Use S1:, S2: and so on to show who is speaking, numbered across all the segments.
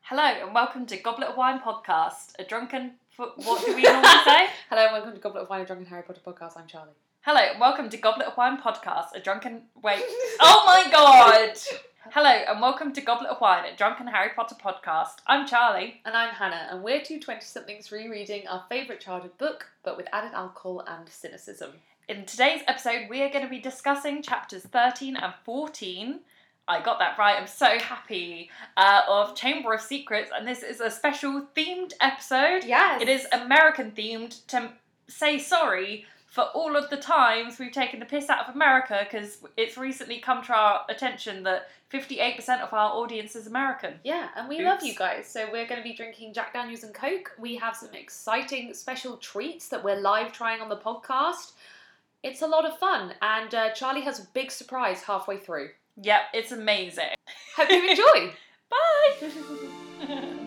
S1: Hello and welcome to Goblet of Wine podcast, a drunken. fo- What do we normally say?
S2: Hello and welcome to Goblet of Wine, a Drunken Harry Potter podcast. I'm Charlie.
S1: Hello and welcome to Goblet of Wine podcast, a drunken. Wait. Oh my god! Hello and welcome to Goblet of Wine, a drunken Harry Potter podcast. I'm Charlie.
S2: And I'm Hannah, and we're two 20 somethings rereading our favourite childhood book, but with added alcohol and cynicism.
S1: In today's episode, we are going to be discussing chapters 13 and 14. I got that right. I'm so happy uh, of Chamber of Secrets, and this is a special themed episode.
S2: Yes!
S1: It is American themed to say sorry for all of the times we've taken the piss out of America because it's recently come to our attention that 58% of our audience is American.
S2: Yeah, and we
S1: Oops.
S2: love you guys. So we're going to be drinking Jack Daniels and Coke. We have some exciting special treats that we're live trying on the podcast. It's a lot of fun, and uh, Charlie has a big surprise halfway through.
S1: Yep, it's amazing.
S2: Hope you enjoy!
S1: Bye!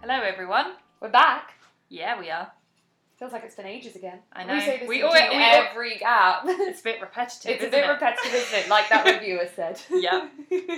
S1: Hello, everyone.
S2: we're back.
S1: Yeah, we are.
S2: Feels like it's been ages again.
S1: I know.
S2: We say this
S1: We
S2: we
S1: always- we al-
S2: every gap.
S1: It's a bit repetitive.
S2: It's a
S1: isn't
S2: bit
S1: it?
S2: repetitive, isn't it? Like that reviewer said.
S1: Yeah.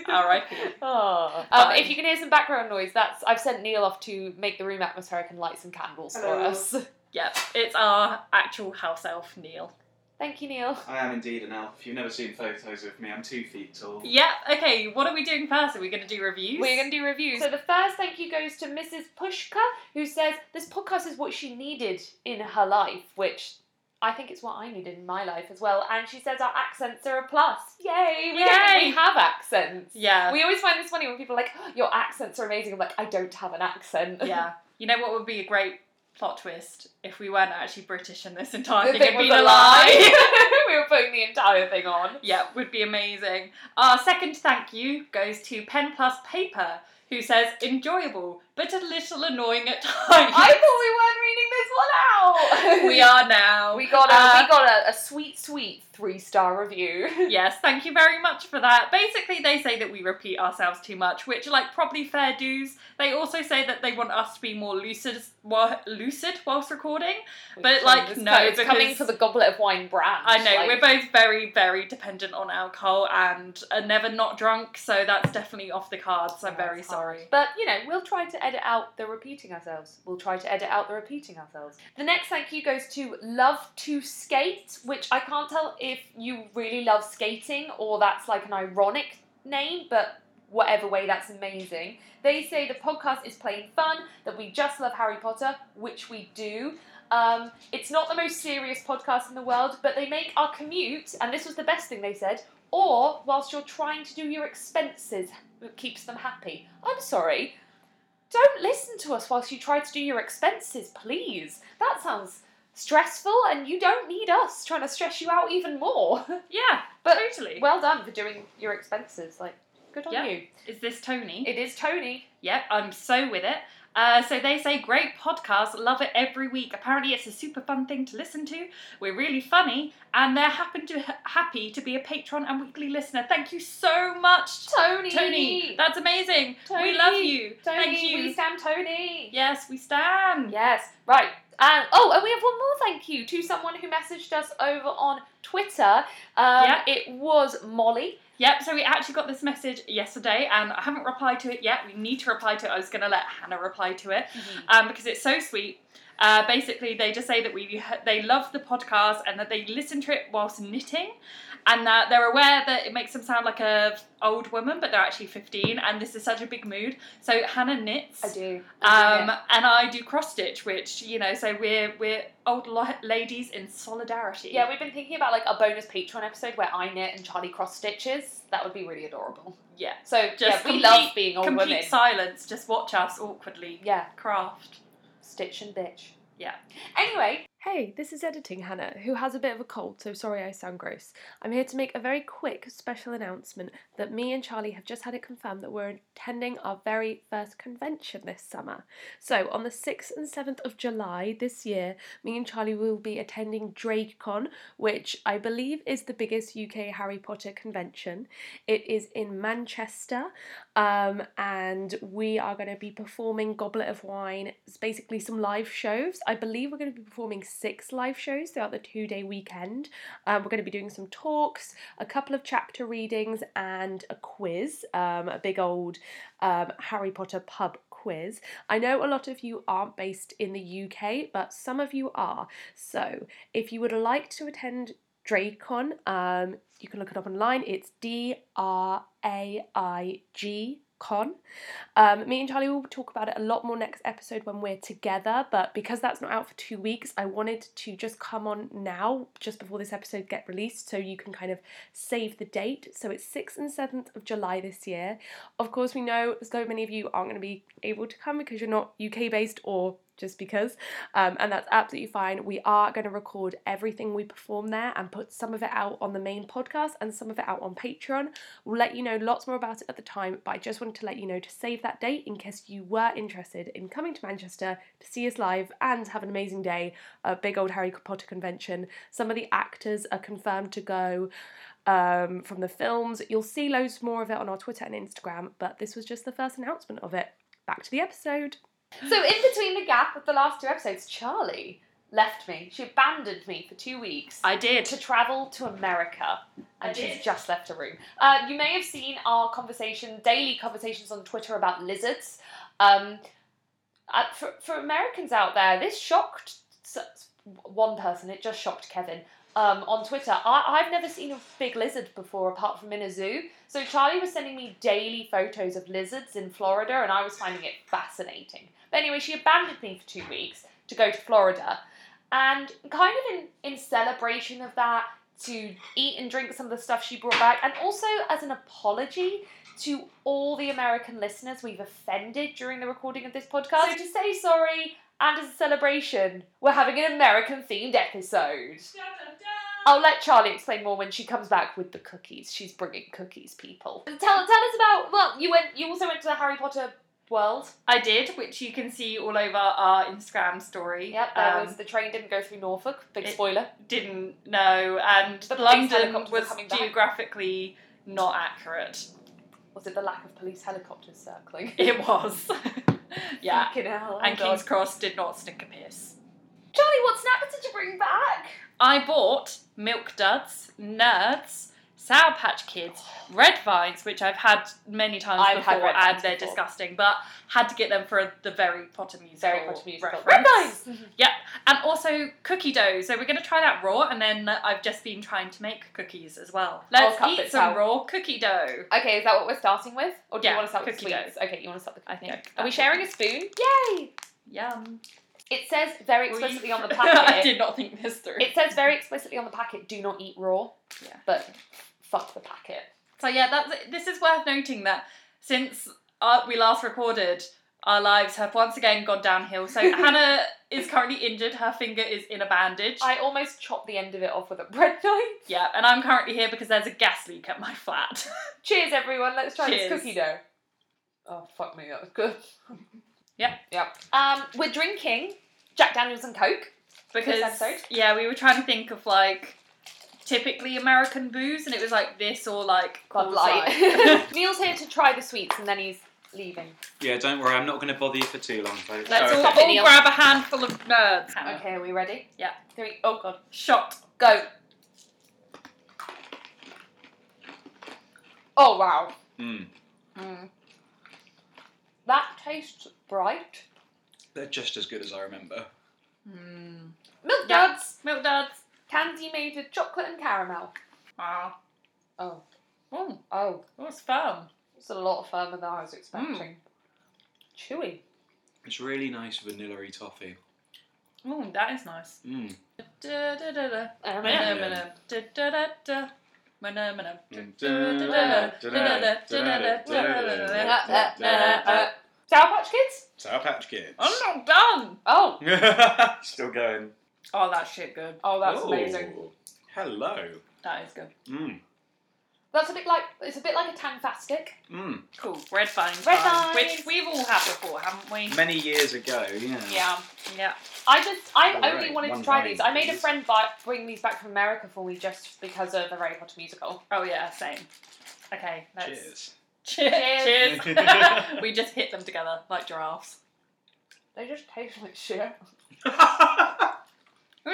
S1: R.I.P.
S2: Oh. Um,
S1: Fine.
S2: if you can hear some background noise, that's I've sent Neil off to make the room atmospheric and light some candles for
S3: Hello.
S2: us.
S1: Yep, it's our actual house elf, Neil.
S2: Thank you, Neil.
S3: I am indeed an elf. You've never seen photos of me. I'm two feet tall.
S1: Yeah, okay, what are we doing first? Are we going to do reviews?
S2: We're gonna do reviews. So the first thank you goes to Mrs. Pushka, who says this podcast is what she needed in her life, which I think it's what I needed in my life as well. And she says our accents are a plus. Yay! We, don't think
S1: Yay.
S2: we have accents.
S1: Yeah.
S2: We always find this funny when people are like, "Oh, your accents are amazing. I'm like, I don't have an accent.
S1: yeah. You know what would be a great plot twist if we weren't actually British and this entire
S2: the
S1: thing
S2: thing
S1: had
S2: was
S1: been a
S2: a
S1: lie?
S2: lie. we were putting the entire thing on.
S1: yeah, would be amazing. Our second thank you goes to Pen Plus Paper, who says, enjoyable, but a little annoying at times.
S2: I thought we weren't reading this one out.
S1: we are now.
S2: We got a
S1: Uh,
S2: we got a, a sweet sweet three star review.
S1: Yes, thank you very much for that. Basically, they say that we repeat ourselves too much, which, like, probably fair dues. They also say that they want us to be more lucid, wa- lucid whilst recording. But, like,
S2: It's
S1: no,
S2: co- it's coming
S1: because-
S2: for the goblet of wine brand.
S1: I know
S2: like-
S1: we're both very, very dependent on alcohol and are never not drunk, so that's definitely off the cards. I'm
S2: Yeah,
S1: very
S2: it's hard.
S1: sorry.
S2: But you know, we'll try to edit out the repeating ourselves. We'll try to edit out the repeating ourselves. The next thank you goes to Love to Skate, which I can't tell if you really love skating or that's like an ironic name, but whatever way, that's amazing. They say the podcast is plain fun, that we just love Harry Potter, which we do. Um, it's not the most serious podcast in the world, but they make our commute, and this was the best thing they said, or whilst you're trying to do your expenses that keeps them happy. I'm sorry. Don't listen to us whilst you try to do your expenses, please. That sounds stressful, and you don't need us trying to stress you out even more.
S1: Yeah,
S2: But-
S1: totally.
S2: well done for doing your expenses. Like, good on
S1: Yeah.
S2: you.
S1: Is this Tony?
S2: It is Tony.
S1: Yep, I'm so with it. Uh, so they say great podcast, love it every week. Apparently, it's a super fun thing to listen to. We're really funny, and they're happen to happy to be a patron and weekly listener. Thank you so much,
S2: Tony.
S1: Tony. That's amazing.
S2: Tony.
S1: We love you.
S2: Tony.
S1: Thank you.
S2: We stand Tony.
S1: Yes, we stand.
S2: Yes. Right. And oh, and we have one more thank you to someone who messaged us over on Twitter. Um,
S1: Yeah.
S2: It was Molly.
S1: Yep, so we actually got this message yesterday and I haven't replied to it yet. We need to reply to it. I was going to let Hannah reply to it
S2: Mm-hmm.
S1: um, because it's so sweet. Uh, basically, they just say that we they love the podcast and that they listen to it whilst knitting, and that they're aware that it makes them sound like a old woman, but they're actually fifteen, and this is such a big mood. So Hannah knits,
S2: I do.
S1: um, and I do cross stitch, which you know, so we're we're old lo- ladies in solidarity.
S2: yeah, we've been thinking about like a bonus Patreon episode where I knit and Charlie cross stitches. That would be really adorable.
S1: yeah.
S2: So yeah,
S1: Just
S2: we
S1: complete-
S2: love being old
S1: Complete
S2: women.
S1: silence. Just watch us awkwardly
S2: yeah,
S1: craft.
S2: stitch and bitch.
S1: Yeah.
S2: Anyway,
S4: Hey, this is editing Hannah, who has a bit of a cold, so sorry I sound gross. I'm here to make a very quick special announcement that me and Charlie have just had it confirmed that we're attending our very first convention this summer. So, on the 6th and 7th of July this year, me and Charlie will be attending DrakeCon, which I believe is the biggest UK Harry Potter convention. It is in Manchester, um, and we are going to be performing Goblet of Wine. It's basically some live shows. I believe we're going to be performing six live shows throughout the two day weekend. Um, we're going to be doing some talks, a couple of chapter readings, and a quiz, um, a big old um, Harry Potter pub quiz. I know a lot of you aren't based in the UK, but some of you are. So if you would like to attend DrakeCon, um, you can look it up online. It's D R A I G con um, me and charlie will talk about it a lot more next episode when we're together but because that's not out for two weeks i wanted to just come on now just before this episode get released so you can kind of save the date so it's 6th and 7th of july this year of course we know so many of you aren't going to be able to come because you're not uk based or just because um, and that's absolutely fine we are going to record everything we perform there and put some of it out on the main podcast and some of it out on patreon We'll let you know lots more about it at the time, but I just wanted to let you know to save that date in case you were interested in coming to Manchester to see us live and have an amazing day at Big Old Harry Potter Convention. Some of the actors are confirmed to go um, from the films. You'll see loads more of it on our Twitter and Instagram, but this was just the first announcement of it. Back to the episode.
S2: So in between the gap of the last two episodes, Charlie left me. She abandoned me for two weeks.
S1: I
S2: to
S1: did.
S2: travel to America,
S1: I
S2: and she's
S1: did.
S2: just left her room. Uh, you may have seen our conversation, daily conversations on Twitter about lizards. Um, uh, for, for Americans out there, this shocked s- s- one person. It just shocked Kevin. Um, on Twitter, I, I've never seen a big lizard before, apart from in a zoo. So Charlie was sending me daily photos of lizards in Florida, and I was finding it fascinating. But anyway, she abandoned me for two weeks to go to Florida, and kind of in, in celebration of that, to eat and drink some of the stuff she brought back, and also as an apology to all the American listeners we've offended during the recording of this podcast. So to say sorry and as a celebration, we're having an American themed episode. I'll let Charlie explain more when she comes back with the cookies. She's bringing cookies, people. Tell tell us about well, you went you also went to the Harry Potter world.
S1: I did, which you can see all over our Instagram story.
S2: Yep, there
S1: Um,
S2: was the train didn't go through Norfolk. Big
S1: it-
S2: spoiler.
S1: Didn't know, and
S2: The police
S1: London
S2: helicopters were
S1: was
S2: coming back.
S1: geographically not accurate.
S2: Was it the lack of police helicopters circling?
S1: It was. yeah.
S2: Fucking hell.
S1: And
S2: oh God.
S1: King's Cross did not stink a piss.
S2: Charlie, what snacks did you bring back?
S1: I bought Milk Duds, Nerds, Sour Patch Kids, Red Vines, which I've had many times
S2: I've had
S1: before,
S2: Red
S1: and
S2: Vines
S1: they're
S2: before.
S1: disgusting, but had to get them for the very Potter musical.
S2: Very much musical.
S1: reference.
S2: Red
S1: And also cookie dough. So we're going to try that raw, and then I've just been trying to make cookies as well.
S2: I'll
S1: Let's
S2: cut
S1: eat
S2: bits
S1: some
S2: out.
S1: raw cookie dough.
S2: Okay, is that what we're starting with? Or do
S1: Yeah,
S2: you want to start with
S1: cookie
S2: sweets? Okay, you want to start with
S1: I
S2: cookie.
S1: think
S2: Are we
S1: that-
S2: sharing a spoon? Yay!
S1: Yum.
S2: It says very
S1: Were you-
S2: explicitly on the
S1: I
S2: packet.
S1: did not think this through.
S2: it says very explicitly on the packet, do not eat raw.
S1: Yeah.
S2: But fuck the packet.
S1: So yeah, that's this is worth noting that since uh, we last recorded, our lives have once again gone downhill. So Hannah is currently injured; her finger is in a bandage.
S2: I almost chopped the end of it off with a bread knife.
S1: yeah, and I'm currently here because there's a gas leak at my flat.
S2: Cheers, everyone. Let's try
S1: Cheers.
S2: this cookie dough. Oh, fuck me, that was good.
S1: Yep.
S2: Yep. Um, we're drinking Jack Daniels and Coke.
S1: because
S2: episode?
S1: yeah, we were trying to think of like typically American booze, and it was like this or like
S2: Bud
S1: Coors
S2: Light. Neil's here to try the sweets and then he's leaving.
S3: Yeah, don't worry, I'm not going to bother you for too long, folks. Oh,
S1: Let's all,
S2: Sorry.
S1: all grab a handful of nerds. Hannah.
S2: Okay, are we ready?
S1: Yeah.
S2: Three. Oh god.
S1: Shot.
S2: Go. Oh wow.
S3: Mm,
S2: That tastes bright.
S3: they're just as good as I remember.
S2: Hmm.
S1: Mm.
S2: Milk
S1: Yeah.
S2: duds,
S1: Milk duds.
S2: candy made with chocolate and caramel.
S1: Wow.
S2: Oh,
S1: Oh,
S2: oh,
S1: that's fun.
S2: it's a lot firmer than I was expecting. Mm. Chewy.
S3: It's really nice vanilla-y toffee.
S1: Oh, that is nice.
S3: Mm.
S1: Da, da, da, da.
S2: Um,
S1: Mana,
S3: Yeah.
S1: mana. Da, da, da, da. Mana, mana.
S2: uh,
S3: Sour
S2: Sour Patch Kids.
S3: Patch Kids.
S1: I'm not done.
S2: Oh,
S3: Still going.
S1: Oh, that shit good.
S2: oh, that's
S3: Ooh.
S2: amazing.
S3: Hello.
S1: That is good.
S3: Mm.
S2: That's a bit like it's a bit like a Tanfastic.
S3: Mm.
S1: Cool. Red vines.
S2: Red
S1: vine,
S2: vines.
S1: Which we've all had before, haven't we?
S3: Many years ago, yeah.
S2: Yeah.
S1: Yeah.
S2: I just, I
S3: All
S2: only
S3: right,
S2: wanted to
S3: one
S2: try
S3: vine,
S2: these. I made a
S3: please.
S2: friend buy, bring these back from America for me just because of the Harry Potter musical.
S1: Oh, yeah, same. Okay, let's.
S3: Cheers.
S1: Cheer-
S2: Cheers.
S1: Cheers. we just hit them together like giraffes.
S2: They just taste like shit.
S1: We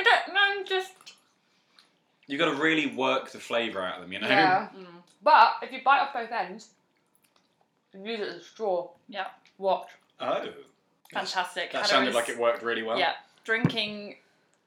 S1: don't know, just.
S5: You've got to really work the flavour out of them, you know?
S2: Yeah.
S1: Mm.
S2: But if you bite off both ends, and use it as a straw.
S1: Yeah.
S2: Watch.
S5: Oh.
S1: Fantastic.
S5: That
S1: Hannah
S5: sounded
S1: is-
S5: like it worked really well.
S1: Yeah, drinking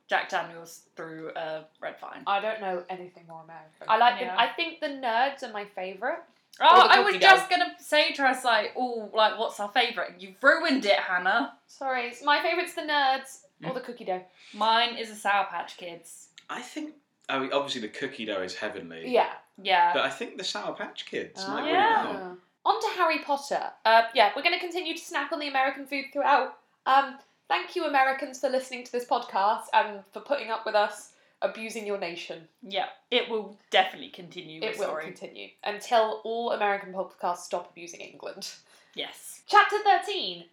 S1: Jack Daniels through a red vine.
S2: I don't know anything more American. I like.
S1: Yeah.
S2: The, I think the nerds are my favorite.
S1: Oh,
S2: the
S1: I was
S2: cookie
S1: just gonna say to us like, oh, like what's our favourite? You've ruined it, Hannah.
S2: Sorry, it's- my favorite's the nerds or
S3: Hmm?
S2: the cookie dough.
S1: Mine is a Sour Patch Kids.
S5: I think, I mean, obviously the cookie dough is heavenly.
S2: Yeah.
S1: Yeah.
S5: But I think the Sour Patch Kids
S2: Ah.
S5: might win
S1: Yeah.
S5: out.
S2: On to Harry Potter. Uh, yeah, we're going to continue to snack on the American food throughout. Um, thank you, Americans, for listening to this podcast and for putting up with us abusing your nation.
S1: Yeah. It will definitely continue.
S2: It
S1: It
S2: will
S1: sorry.
S2: continue until all American podcasts stop abusing England.
S1: Yes.
S2: Chapter 13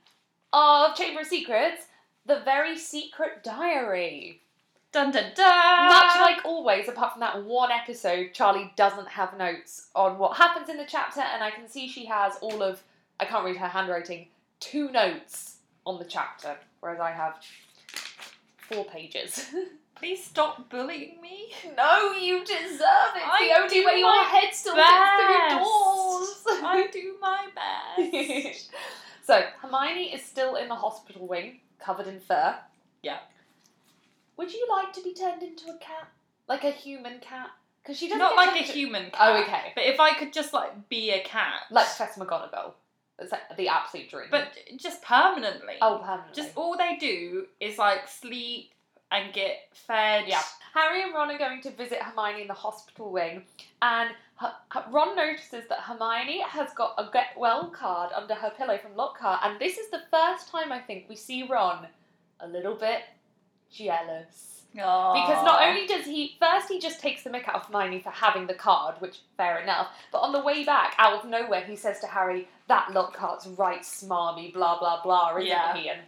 S2: of Chamber of Secrets The Very Secret Diary.
S1: Dun dun dun.
S2: Much like always, apart from that one episode, Charlie doesn't have notes on what happens in the chapter, and I can see she has all of, I can't read her handwriting, two notes on the chapter, whereas I have four pages.
S1: Please stop bullying me.
S2: no, you deserve it.
S1: I
S2: the only
S1: do
S2: way your
S1: my
S2: head still
S1: best.
S2: gets through doors.
S1: I do my best.
S2: so Hermione is still in the hospital wing, covered in fur.
S1: Yeah.
S2: Would you like to be turned into a cat, like a human cat? Because she doesn't
S1: Not
S2: get
S1: like a
S2: turned to-
S1: human cat.
S2: Oh, okay.
S1: But if I could just like be a cat.
S2: Like Professor McGonagall. That's like the absolute dream.
S1: But just permanently.
S2: oh, permanently.
S1: Just all they do is like sleep and get fed.
S2: Yeah. Harry and Ron are going to visit Hermione in the hospital wing, and her, her- Ron notices that Hermione has got a get well card under her pillow from Lockhart, and this is the first time I think we see Ron a little bit jealous. Because not only does he, first he just takes the mick out of Hermione for having the card, which fair enough, but on the way back, out of nowhere, he says to Harry, that Lockhart's right smarmy, blah, blah, blah, isn't
S1: Yeah.
S2: he? And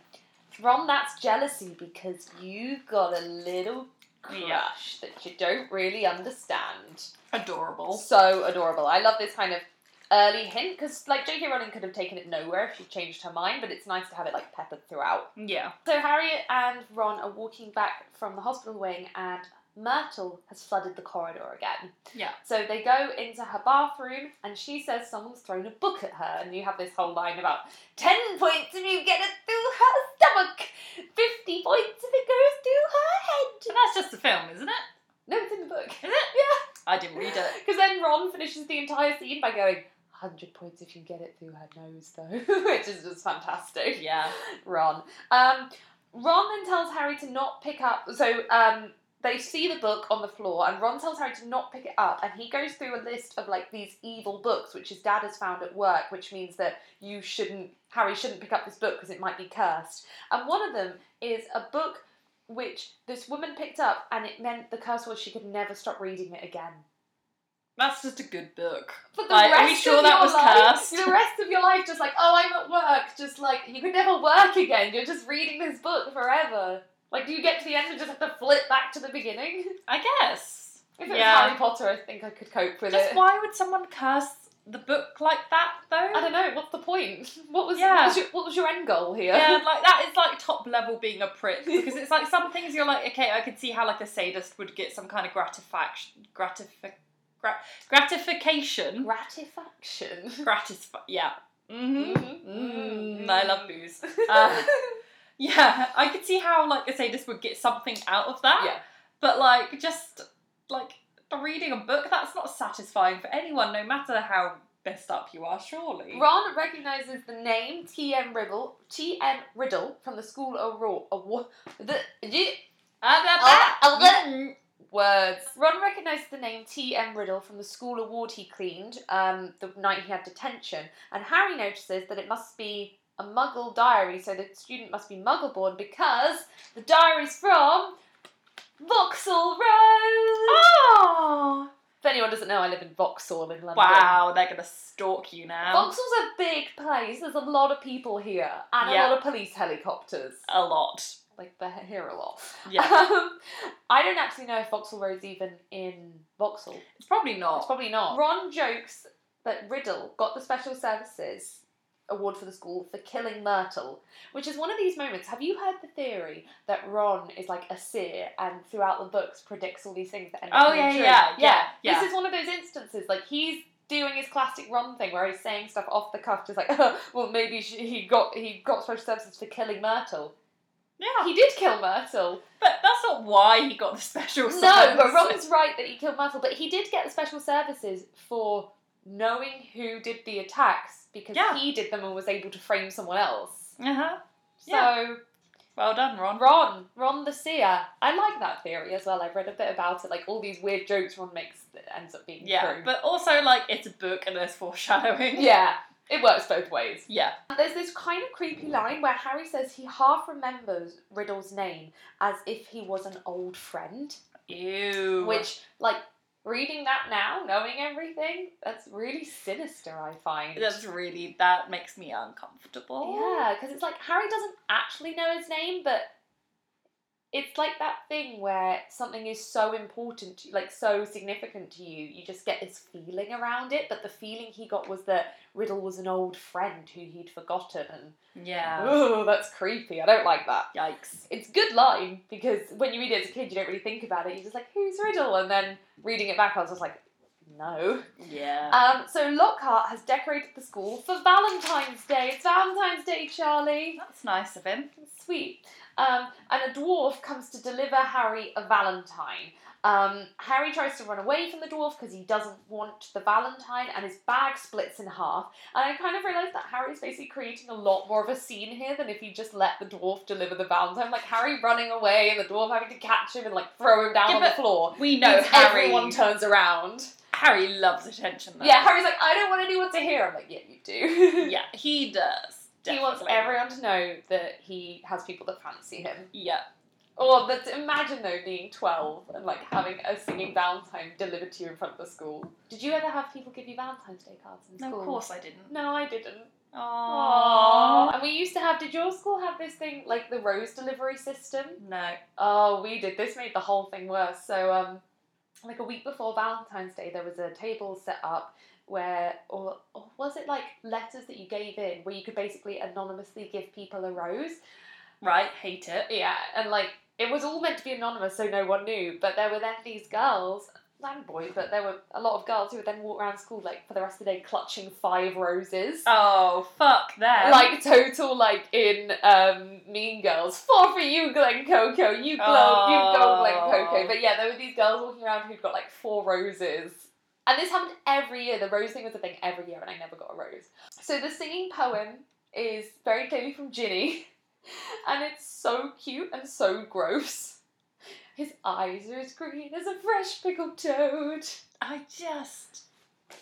S2: Ron, that's jealousy because you've got a little crush
S1: Yeah.
S2: that you don't really understand.
S1: adorable.
S2: So adorable. I love this kind of early hint because, like, J.K. Rowling could have taken it nowhere if she changed her mind, but it's nice to have it, like, peppered throughout.
S1: Yeah.
S2: So Harriet and Ron are walking back from the hospital wing and Myrtle has flooded the corridor again.
S1: Yeah.
S2: So they go into her bathroom and she says someone's thrown a book at her and you have this whole line about 10 points if you get it through her stomach, 50 points if it goes through her head.
S1: And that's just the film, isn't it?
S2: No, it's in the book.
S1: Is it?
S2: Yeah.
S1: I didn't read it.
S2: Because then Ron finishes the entire scene by going, 100 points if you get it through her nose though, which is just fantastic.
S1: Yeah.
S2: Ron. Um, Ron then tells Harry to not pick up. So um, they see the book on the floor, and Ron tells Harry to not pick it up. And he goes through a list of like these evil books, which his dad has found at work, which means that you shouldn't, Harry shouldn't pick up this book because it might be cursed. And one of them is a book which this woman picked up, and it meant the curse was she could never stop reading it again.
S1: That's just a good book.
S2: But the
S1: Like, are
S2: rest
S1: we sure
S2: of
S1: that
S2: your
S1: was
S2: life,
S1: cursed?
S2: The rest of your life, just like, oh, I'm at work, just like you could never work again. You're just reading this book forever. Like, do you get to the end and just have to flip back to the beginning?
S1: I guess.
S2: If it
S1: Yeah.
S2: was Harry Potter, I think I could cope with
S1: Just
S2: it.
S1: why would someone curse the book like that though?
S2: I don't know. What's the point? What was,
S1: Yeah.
S2: what, was your, what was your end goal here?
S1: Yeah, like that is like top level being a prick because it's like some things you're like, okay, I could see how like a sadist would get some kind of gratifaction, gratifi- gra- gratification,
S2: Gratifaction.
S1: gratisf, yeah. Mm-hmm.
S2: Mhm.
S1: Mm, I love booze. Uh, yeah, I could see how like a sadist would get something out of that.
S2: Yeah.
S1: But like just like reading a book, that's not satisfying for anyone, no matter how messed up you are, surely.
S2: Ron recognizes the name T.M. Riddle, T.M. Riddle from the School of Raw. Of, Wa- the, you,
S1: Ah, blah,
S2: Ah,
S1: blah.
S2: ah, blah.
S1: Mm.
S2: words. Ron recognised the name T.M. Riddle from the school award he cleaned um, the night he had detention, and Harry notices that it must be a muggle diary, so the student must be muggle born because the diary's from Vauxhall Road.
S1: Ah.
S2: If anyone doesn't know, I live in Vauxhall in London.
S1: Wow, they're gonna stalk you now.
S2: Vauxhall's a big place. There's a lot of people here and
S1: Yeah.
S2: a lot of police helicopters.
S1: A lot.
S2: Like, they're here a lot.
S1: Yeah.
S2: Um, I don't actually know if Vauxhall Road's even in Vauxhall.
S1: it's probably
S2: It's
S1: not.
S2: probably not. Ron jokes that Riddle got the special services award for the school for killing Myrtle, which is one of these moments. Have you heard the theory that Ron is like a seer and throughout the books predicts all these things that end
S1: Oh,
S2: up coming
S1: yeah,
S2: true?
S1: yeah, yeah, yeah.
S2: This is one of those instances. Like he's doing his classic Ron thing where he's saying stuff off the cuff, just like, well, maybe she, he got he got special services for killing Myrtle.
S1: Yeah,
S2: He did kill Myrtle.
S1: but that's not why he got the special.
S2: No,
S1: summons.
S2: but Ron's right that he killed Myrtle, but he did get the special services for knowing who did the attacks because
S1: Yeah.
S2: he did them and was able to frame someone else.
S1: Uh-huh.
S2: So
S1: Yeah. Well done, Ron.
S2: Ron, Ron the seer. I like that theory as well. I've read a bit about it, like all these weird jokes Ron makes that ends up being
S1: Yeah,
S2: true.
S1: but also like it's a book and there's foreshadowing.
S2: yeah, it works both ways.
S1: Yeah.
S2: There's this kind of creepy line where Harry says he half remembers Riddle's name as if he was an old friend.
S1: Ew.
S2: Which, like, reading that now, knowing everything, that's really sinister, I find.
S1: that's Oh. really that makes me uncomfortable.
S2: Yeah, because it's like Harry doesn't actually know his name, but it's like that thing where something is so important, to, like so significant to you, you just get this feeling around it. But the feeling he got was that Riddle was an old friend who he'd forgotten, and
S1: Yeah.
S2: oh, that's creepy. I don't like that.
S1: Yikes.
S2: It's a good line because when you read it as a kid, you don't really think about it. You're just like, who's Riddle? And then reading it back, I was just like, no.
S1: Yeah.
S2: Um, so Lockhart has decorated the school for Valentine's Day. It's Valentine's Day, Charlie.
S1: That's nice of him.
S2: Sweet. Um, and a dwarf comes to deliver Harry a valentine. Um, Harry tries to run away from the dwarf because he doesn't want the valentine, and his bag splits in half. And I kind of realised that Harry's basically creating a lot more of a scene here than if he just let the dwarf deliver the valentine. Like Harry running away and the dwarf having to catch him and like throw him down
S1: Yeah,
S2: on
S1: but
S2: the floor.
S1: We know
S2: Means
S1: Harry.
S2: Everyone turns around.
S1: Harry loves attention. Though.
S2: Yeah, Harry's like, I don't want anyone to hear. I'm like, yeah, you do.
S1: Yeah, he does.
S2: He wants
S1: definitely.
S2: everyone to know that he has people that fancy him.
S1: Yeah.
S2: Or that Oh, imagine though being twelve and like having a singing Valentine delivered to you in front of the school. Did you ever have people give you Valentine's Day cards in
S1: No,
S2: school?
S1: of course I didn't.
S2: No, I didn't.
S1: Aww.
S2: And we used to have. Did your school have this thing like the rose delivery system?
S1: No.
S2: Oh, we did. This made the whole thing worse. So, um, like a week before Valentine's Day, there was a table set up where, or, or was it like letters that you gave in, where you could basically anonymously give people a rose?
S1: Right. Hate it.
S2: Yeah, and like it was all meant to be anonymous, so no one knew. But there were then these girls and boys, but there were a lot of girls who would then walk around school like for the rest of the day clutching five roses.
S1: Oh fuck that.
S2: Like total, like in um, Mean Girls. Four for you, Glen Coco. You glow, you go,
S1: Oh.
S2: Glen Coco. But yeah, there were these girls walking around who'd got like four roses. And this happened every year. The rose thing was a thing every year, and I never got a rose. So the singing poem is very clearly from Ginny, and it's so cute and so gross. His eyes are as green as a fresh pickled toad. It's
S1: I just.
S2: a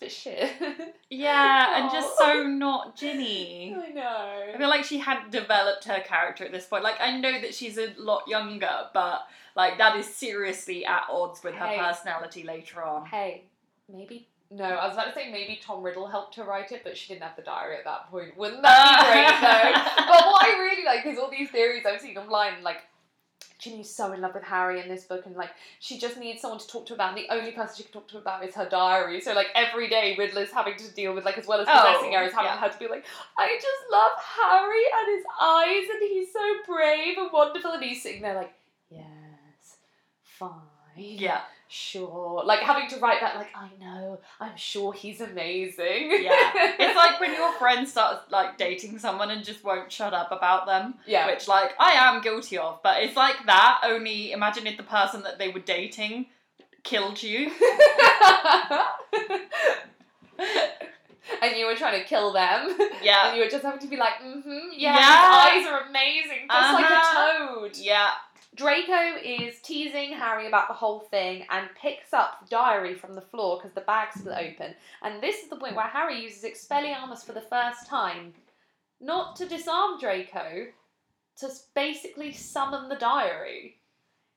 S2: bit shit.
S1: Yeah, and just
S2: Aw.
S1: so not Ginny.
S2: I know.
S1: I feel like she had developed her character at this point. Like I know that she's a lot younger, but like that is seriously at odds with her
S2: Hey.
S1: personality later on.
S2: Hey, maybe. No, I was about to say maybe Tom Riddle helped her write it, but she didn't have the diary at that point. Wouldn't that be great though? but what I really like is all these theories I've seen online, like Ginny's so in love with Harry in this book, and like she just needs someone to talk to about, and the only person she can talk to about is her diary. So like every day, Riddler's having to deal with like as well as
S1: Oh,
S2: possessing her, is having
S1: yeah.
S2: her to be like, I just love Harry and his eyes, and he's so brave and wonderful, and he's sitting there like, yes, fine,
S1: Yeah,
S2: sure. Like having to write back, like, I know, I'm sure he's amazing.
S1: Yeah. it's like when your friend starts like dating someone and just won't shut up about them,
S2: yeah.
S1: which like I am guilty of. But it's like that. Only imagine if the person that they were dating killed you.
S2: and you were trying to kill them.
S1: Yeah,
S2: And you were just having to be like, mm hmm, yeah,
S1: Yeah.
S2: his eyes are amazing, just
S1: Uh-huh.
S2: like a toad.
S1: yeah.
S2: Draco is teasing Harry about the whole thing and picks up the diary from the floor because the bag's split open. And this is the point where Harry uses Expelliarmus for the first time, not to disarm Draco, to s- basically summon the diary.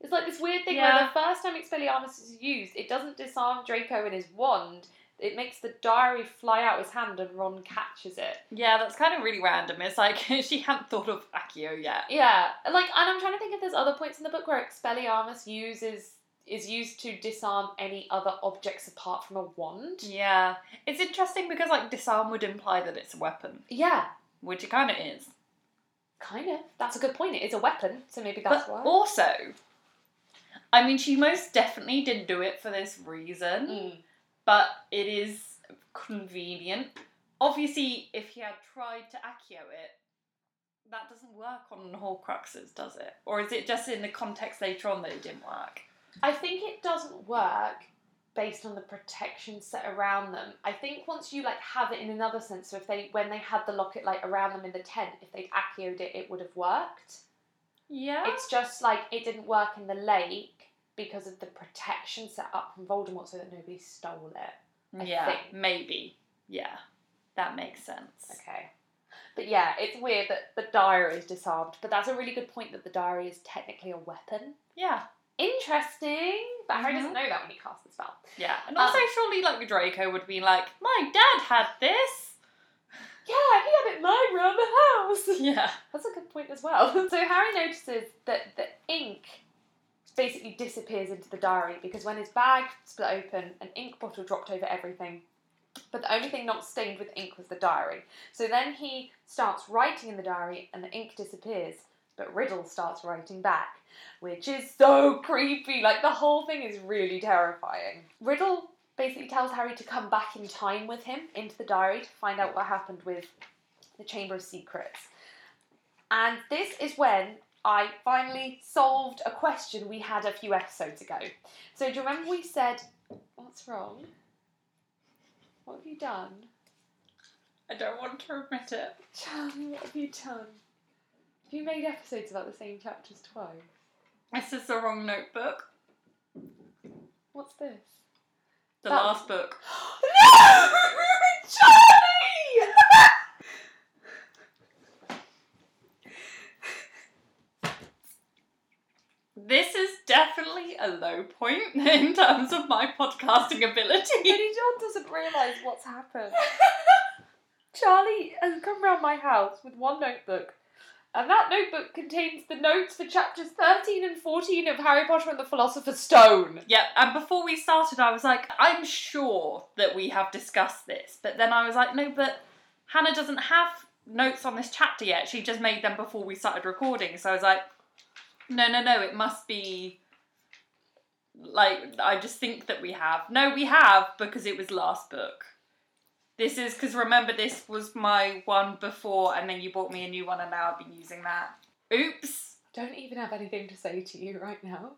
S2: It's like this weird thing where
S1: Yeah.
S2: the first time Expelliarmus is used, it doesn't disarm Draco in his wand. It makes the diary fly out his hand and Ron catches it.
S1: Yeah, that's kind of really random. It's like she hadn't thought of Accio yet.
S2: Yeah, like, and I'm trying to think if there's other points in the book where Expelliarmus uses is used to disarm any other objects apart from a wand.
S1: Yeah. It's interesting because like disarm would imply that it's a weapon,
S2: Yeah,
S1: which it kind of is.
S2: kind of. That's a good point. It is a weapon, so maybe that's
S1: but
S2: why.
S1: also, I mean, she most definitely didn't do it for this reason,
S2: Mm.
S1: but it is convenient. Obviously, if he had tried to accio it, that doesn't work on Horcruxes, does it? Or is it just in the context later on that it didn't work?
S2: I think it doesn't work based on the protection set around them. I think once you like have it in another sense, so if they when they had the locket like around them in the tent, if they'd accioed it, it would have worked.
S1: Yeah.
S2: It's just like it didn't work in the lake because of the protection set up from Voldemort so that nobody stole it. I
S1: yeah,
S2: think.
S1: maybe. Yeah, that makes sense.
S2: Okay. But yeah, it's weird that the diary is disarmed, but that's a really good point that the diary is technically a weapon.
S1: Yeah,
S2: Interesting. But Harry
S1: Mhm.
S2: doesn't know that when he casts the spell.
S1: yeah. And also,
S2: Um,
S1: surely, like, Draco would be like, my dad had this.
S2: Yeah, he had it mine round the house.
S1: Yeah.
S2: That's a good point as well. So Harry notices that the ink basically disappears into the diary because when his bag split open, an ink bottle dropped over everything. But the only thing not stained with ink was the diary. So then he starts writing in the diary and the ink disappears. But Riddle starts writing back, which is so creepy. Like the whole thing is really terrifying. Riddle basically tells Harry to come back in time with him into the diary to find out what happened with the Chamber of Secrets. And this is when I finally solved a question we had a few episodes ago. So do you remember we said, "What's wrong? What have you done?
S1: I don't want to admit it.
S2: Charlie, what have you done? Have you made episodes about the same chapters twice?
S1: This is the wrong notebook.
S2: What's this?"
S1: The
S2: That-
S1: last book.
S2: no, Charlie!
S1: This is definitely a low point in terms of my podcasting ability.
S2: Billy John doesn't realise what's happened. Charlie has come round my house with one notebook, and that notebook contains the notes for chapters 13 and 14 of Harry Potter and the Philosopher's Stone.
S1: Yeah, and before we started, I was like, I'm sure that we have discussed this. But then I was like, no, but Hannah doesn't have notes on this chapter yet. She just made them before we started recording. So I was like, no, no, no, it must be. Like, I just think that we have. No, we have because it was last book. This is because remember, this was my one before, and then you bought me a new one, and now I've been using that. Oops.
S2: I don't even have anything to say to you right now.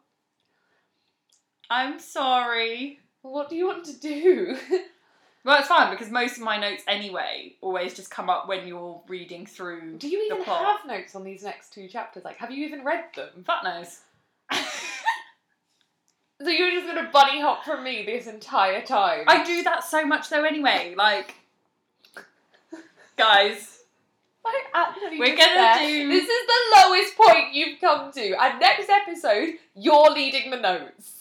S1: I'm sorry.
S2: What do you want to do?
S1: Well, it's fine because most of my notes, anyway, always just come up when you're reading through.
S2: do you
S1: the
S2: even
S1: plot.
S2: have notes on these next two chapters? Like, have you even read them?
S1: Fuck knows.
S2: So you're just gonna bunny hop from me this entire time?
S1: I do that so much though, anyway. Like, guys,
S2: I actually
S1: We're
S2: just
S1: gonna
S2: said,
S1: do-
S2: This is the lowest point you've come to, and next episode you're leading the notes.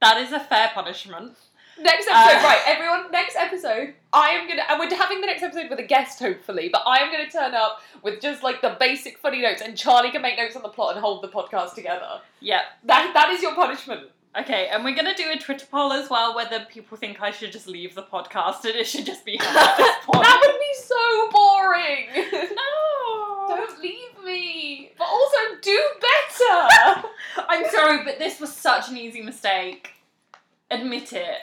S1: that is a fair punishment.
S2: Next episode,
S1: Uh.
S2: right? Everyone, next episode, I am gonna, and we're having the next episode with a guest, hopefully. But I am gonna turn up with just like the basic funny notes, and Charlie can make notes on the plot and hold the podcast together.
S1: Yep.
S2: That that is your punishment.
S1: Okay, and we're gonna do a Twitter poll as well whether people think I should just leave the podcast and it should just be Hannah at this point.
S2: That would be so boring.
S1: no.
S2: Don't leave me, but also do better.
S1: I'm sorry, but this was such an easy mistake. Admit it.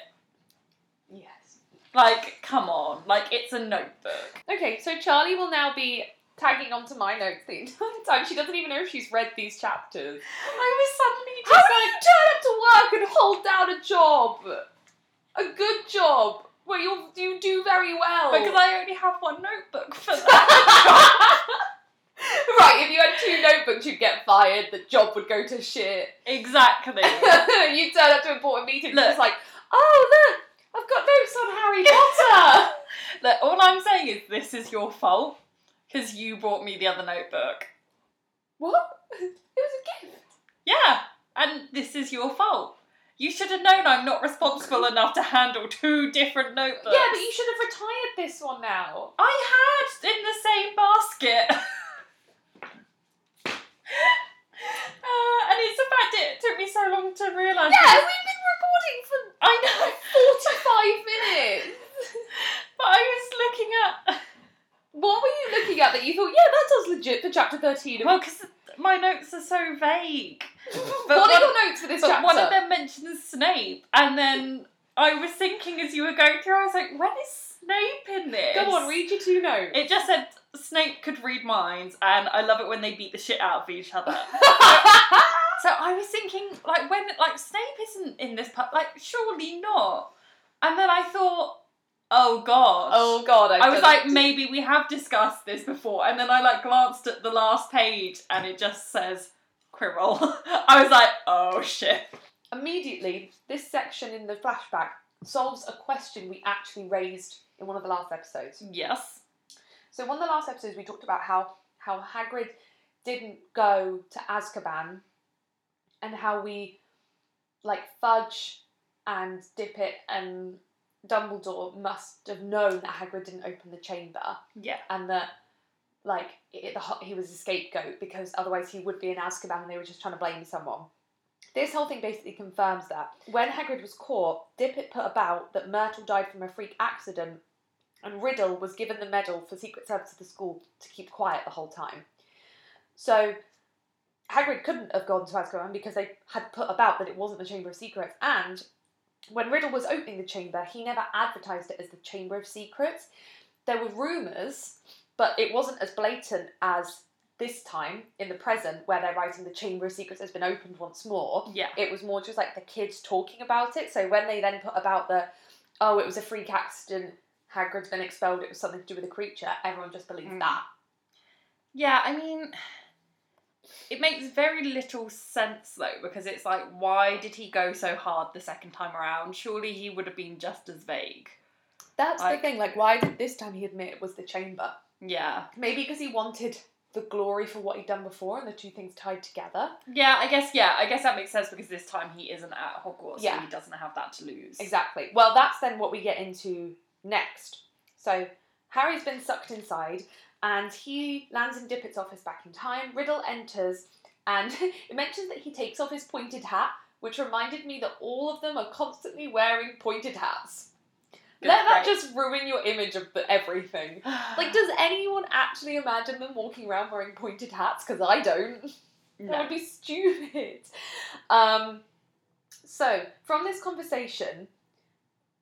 S2: yes.
S1: Like, come on. Like, it's a notebook.
S2: Okay, so Charlie will now be tagging onto my notes the entire time. She doesn't even know if she's read these chapters.
S1: I
S2: How do you turn up to work and hold down a job? A good job where you you do very well.
S1: Because I only have one notebook for that.
S2: right, if you had two notebooks, you'd get fired. The job would go to shit.
S1: exactly.
S2: you turn up to important meetings,
S1: Look.
S2: it's like, oh look, I've got notes on Harry Potter.
S1: Look, all I'm saying is this is your fault because you brought me the other notebook.
S2: what? It was a gift.
S1: Yeah, and this is your fault. You should have known I'm not responsible enough to handle two different notebooks.
S2: Yeah, but you should have retired this one now.
S1: I had in the same basket. Uh, and it's the fact it took me so long to realise.
S2: Yeah,
S1: that-
S2: we've been recording for
S1: I know.
S2: 45 minutes.
S1: But I was looking at.
S2: What were you looking at that you thought, yeah, that does legit for chapter 13?
S1: Well, because my notes are so vague. But
S2: what are
S1: one,
S2: your notes for this
S1: but
S2: chapter?
S1: one of them mentions Snape, and then I was thinking as you were going through, I was like, when is Snape in this?
S2: Go on, read your two notes.
S1: It just said Snape could read minds, and I love it when they beat the shit out of each other. so I was thinking, like, when, like, Snape isn't in this part, like, surely not. And then I thought, oh god.
S2: oh god, I,
S1: I was
S2: don't-
S1: like, maybe we have discussed this before, and then I like glanced at the last page, and it just says Quirrell. I was like, oh shit.
S2: immediately, this section in the flashback solves a question we actually raised in one of the last episodes.
S1: Yes.
S2: So one of the last episodes we talked about how how Hagrid didn't go to Azkaban and how we like fudge and dip it and Dumbledore must have known that Hagrid didn't open the chamber
S1: Yeah.
S2: and that like it, the, ho- he was a scapegoat because otherwise he would be in Azkaban and they were just trying to blame someone. This whole thing basically confirms that. When Hagrid was caught, Dippet put about that Myrtle died from a freak accident and Riddle was given the medal for Secret Service of the school to keep quiet the whole time. So Hagrid couldn't have gone to Azkaban because they had put about that it wasn't the Chamber of Secrets and when Riddle was opening the chamber, he never advertised it as the Chamber of Secrets. There were rumours, but it wasn't as blatant as this time in the present, where they're writing the Chamber of Secrets has been opened once more.
S1: Yeah.
S2: It was more just like the kids talking about it. So when they then put about the, oh, it was a freak accident, Hagrid's been expelled, it was something to do with a creature, everyone just believed
S1: Mm.
S2: that.
S1: Yeah, I mean, it makes very little sense though, because it's like, why did he go so hard the second time around? Surely he would have been just as vague.
S2: That's
S1: Like-
S2: the thing, like, why did this time he admit it was the Chamber?
S1: Yeah.
S2: Maybe because he wanted the glory for what he'd done before and the two things tied together.
S1: Yeah, I guess, yeah, I guess that makes sense because this time he isn't at Hogwarts,
S2: Yeah.
S1: so he doesn't have that to lose.
S2: Exactly. Well, that's then what we get into next. So Harry's been sucked inside, and he lands in Dippet's office back in time. Riddle enters, and it mentions that he takes off his pointed hat, which reminded me that all of them are constantly wearing pointed hats.
S1: Good,
S2: Let that
S1: great.
S2: just ruin your image of the, everything. Like, does anyone actually imagine them walking around wearing pointed hats? Because I don't. That
S1: no.
S2: would be stupid. Um, so from this conversation,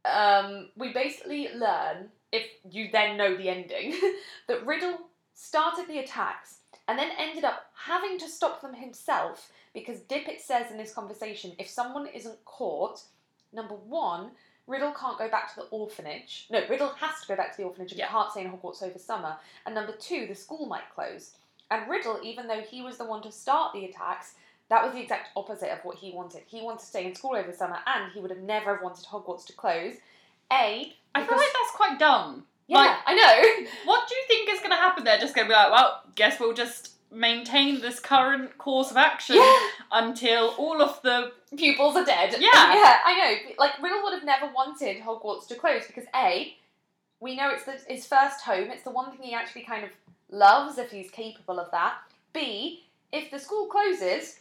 S2: um, we basically learn, if you then know the ending, that Riddle started the attacks and then ended up having to stop them himself because Dippet says in this conversation, if someone isn't caught, number one, Riddle can't go back to the orphanage. No, Riddle has to go back to the orphanage and
S1: Yeah.
S2: can't stay in Hogwarts over summer. And number two, the school might close. And Riddle, even though he was the one to start the attacks, that was the exact opposite of what he wanted. He wanted to stay in school over summer, and he would have never have wanted Hogwarts to close. A,
S1: I feel like that's quite dumb.
S2: yeah,
S1: like-
S2: I know.
S1: What do you think is going to happen? They're just going to be like, well, guess we'll just maintain this current course of action
S2: Yeah,
S1: until all of the.
S2: pupils are dead.
S1: Yeah.
S2: yeah, I know. Like Riddle would have never wanted Hogwarts to close because A, we know it's the, his first home. It's the one thing he actually kind of loves if he's capable of that. B, if the school closes,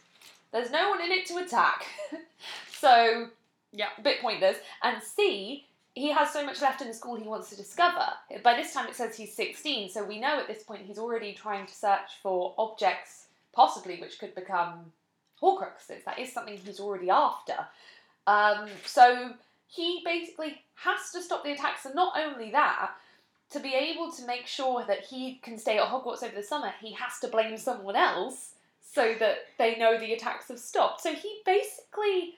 S2: there's no one in it to attack. so
S1: Yeah.
S2: a bit pointless. And C, he has so much left in the school he wants to discover. By this time, it says he's 16, so we know at this point he's already trying to search for objects, possibly which could become Horcruxes. That is something he's already after. Um, so he basically has to stop the attacks, and not only that, to be able to make sure that he can stay at Hogwarts over the summer, he has to blame someone else so that they know the attacks have stopped. So he basically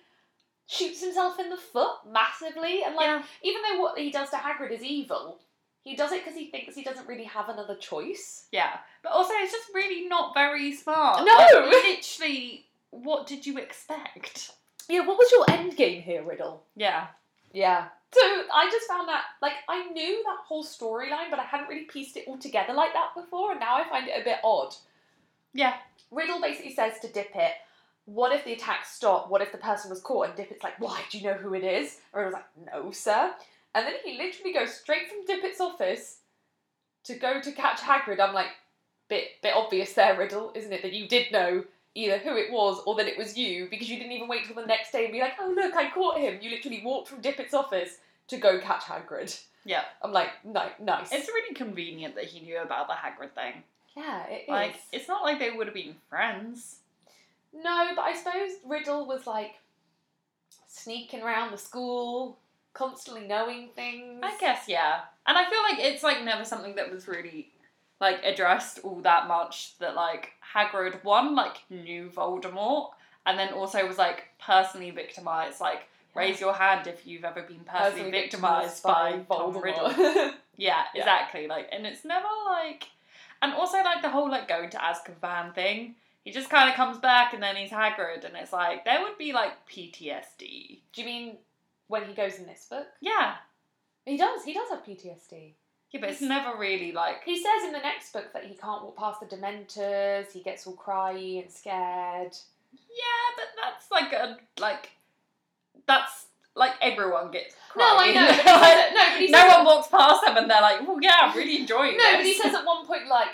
S2: shoots himself in the foot massively, and like
S1: Yeah.
S2: even though what he does to Hagrid is evil, he does it because he thinks he doesn't really have another choice.
S1: Yeah. But also, it's just really not very smart.
S2: No!
S1: Like, literally, what did you expect?
S2: Yeah, what was your end game here, Riddle?
S1: Yeah.
S2: Yeah. So I just found that like I knew that whole storyline, but I hadn't really pieced it all together like that before, and now I find it a bit odd.
S1: Yeah.
S2: Riddle basically says to Dippet, "What if the attack stopped? What if the person was caught?" And Dippet's like, "Why do you know who it is?" And Riddle's like, "No, sir." And then he literally goes straight from Dippet's office to go to catch Hagrid. I'm like, bit bit obvious there, Riddle, isn't it? That you did know either who it was or that it was you because you didn't even wait till the next day and be like, oh look, I caught him. You literally walked from Dippet's office to go catch Hagrid.
S1: Yeah.
S2: I'm like, no, nice.
S1: It's really convenient that he knew about the Hagrid thing.
S2: yeah, it is.
S1: Like, it's not like they would have been friends.
S2: No, but I suppose Riddle was like sneaking around the school, constantly knowing things.
S1: I guess, yeah. And I feel like it's like never something that was really like addressed all that much that like Hagrid one like knew Voldemort and then also was like personally victimized like raise your hand if you've ever been personally, victimized, by, Tom Riddle. Yeah,
S2: Yeah.
S1: exactly. Like and it's never like and also like the whole like going to Azkaban thing. He just kind of comes back and then he's Hagrid and it's like there would be like PTSD.
S2: Do you mean when he goes in this book?
S1: Yeah.
S2: He does. He does have PTSD.
S1: Yeah, but it's never really like
S2: He says in the next book that he can't walk past the Dementors. He gets all cryy and scared.
S1: Yeah, but that's like a like that's like everyone gets
S2: No, I
S1: crying.
S2: know. But he says, no, but he
S1: no
S2: says,
S1: one walks past them and they're like, "Well, yeah, I'm really enjoying
S2: No, but he
S1: this."
S2: says at one point like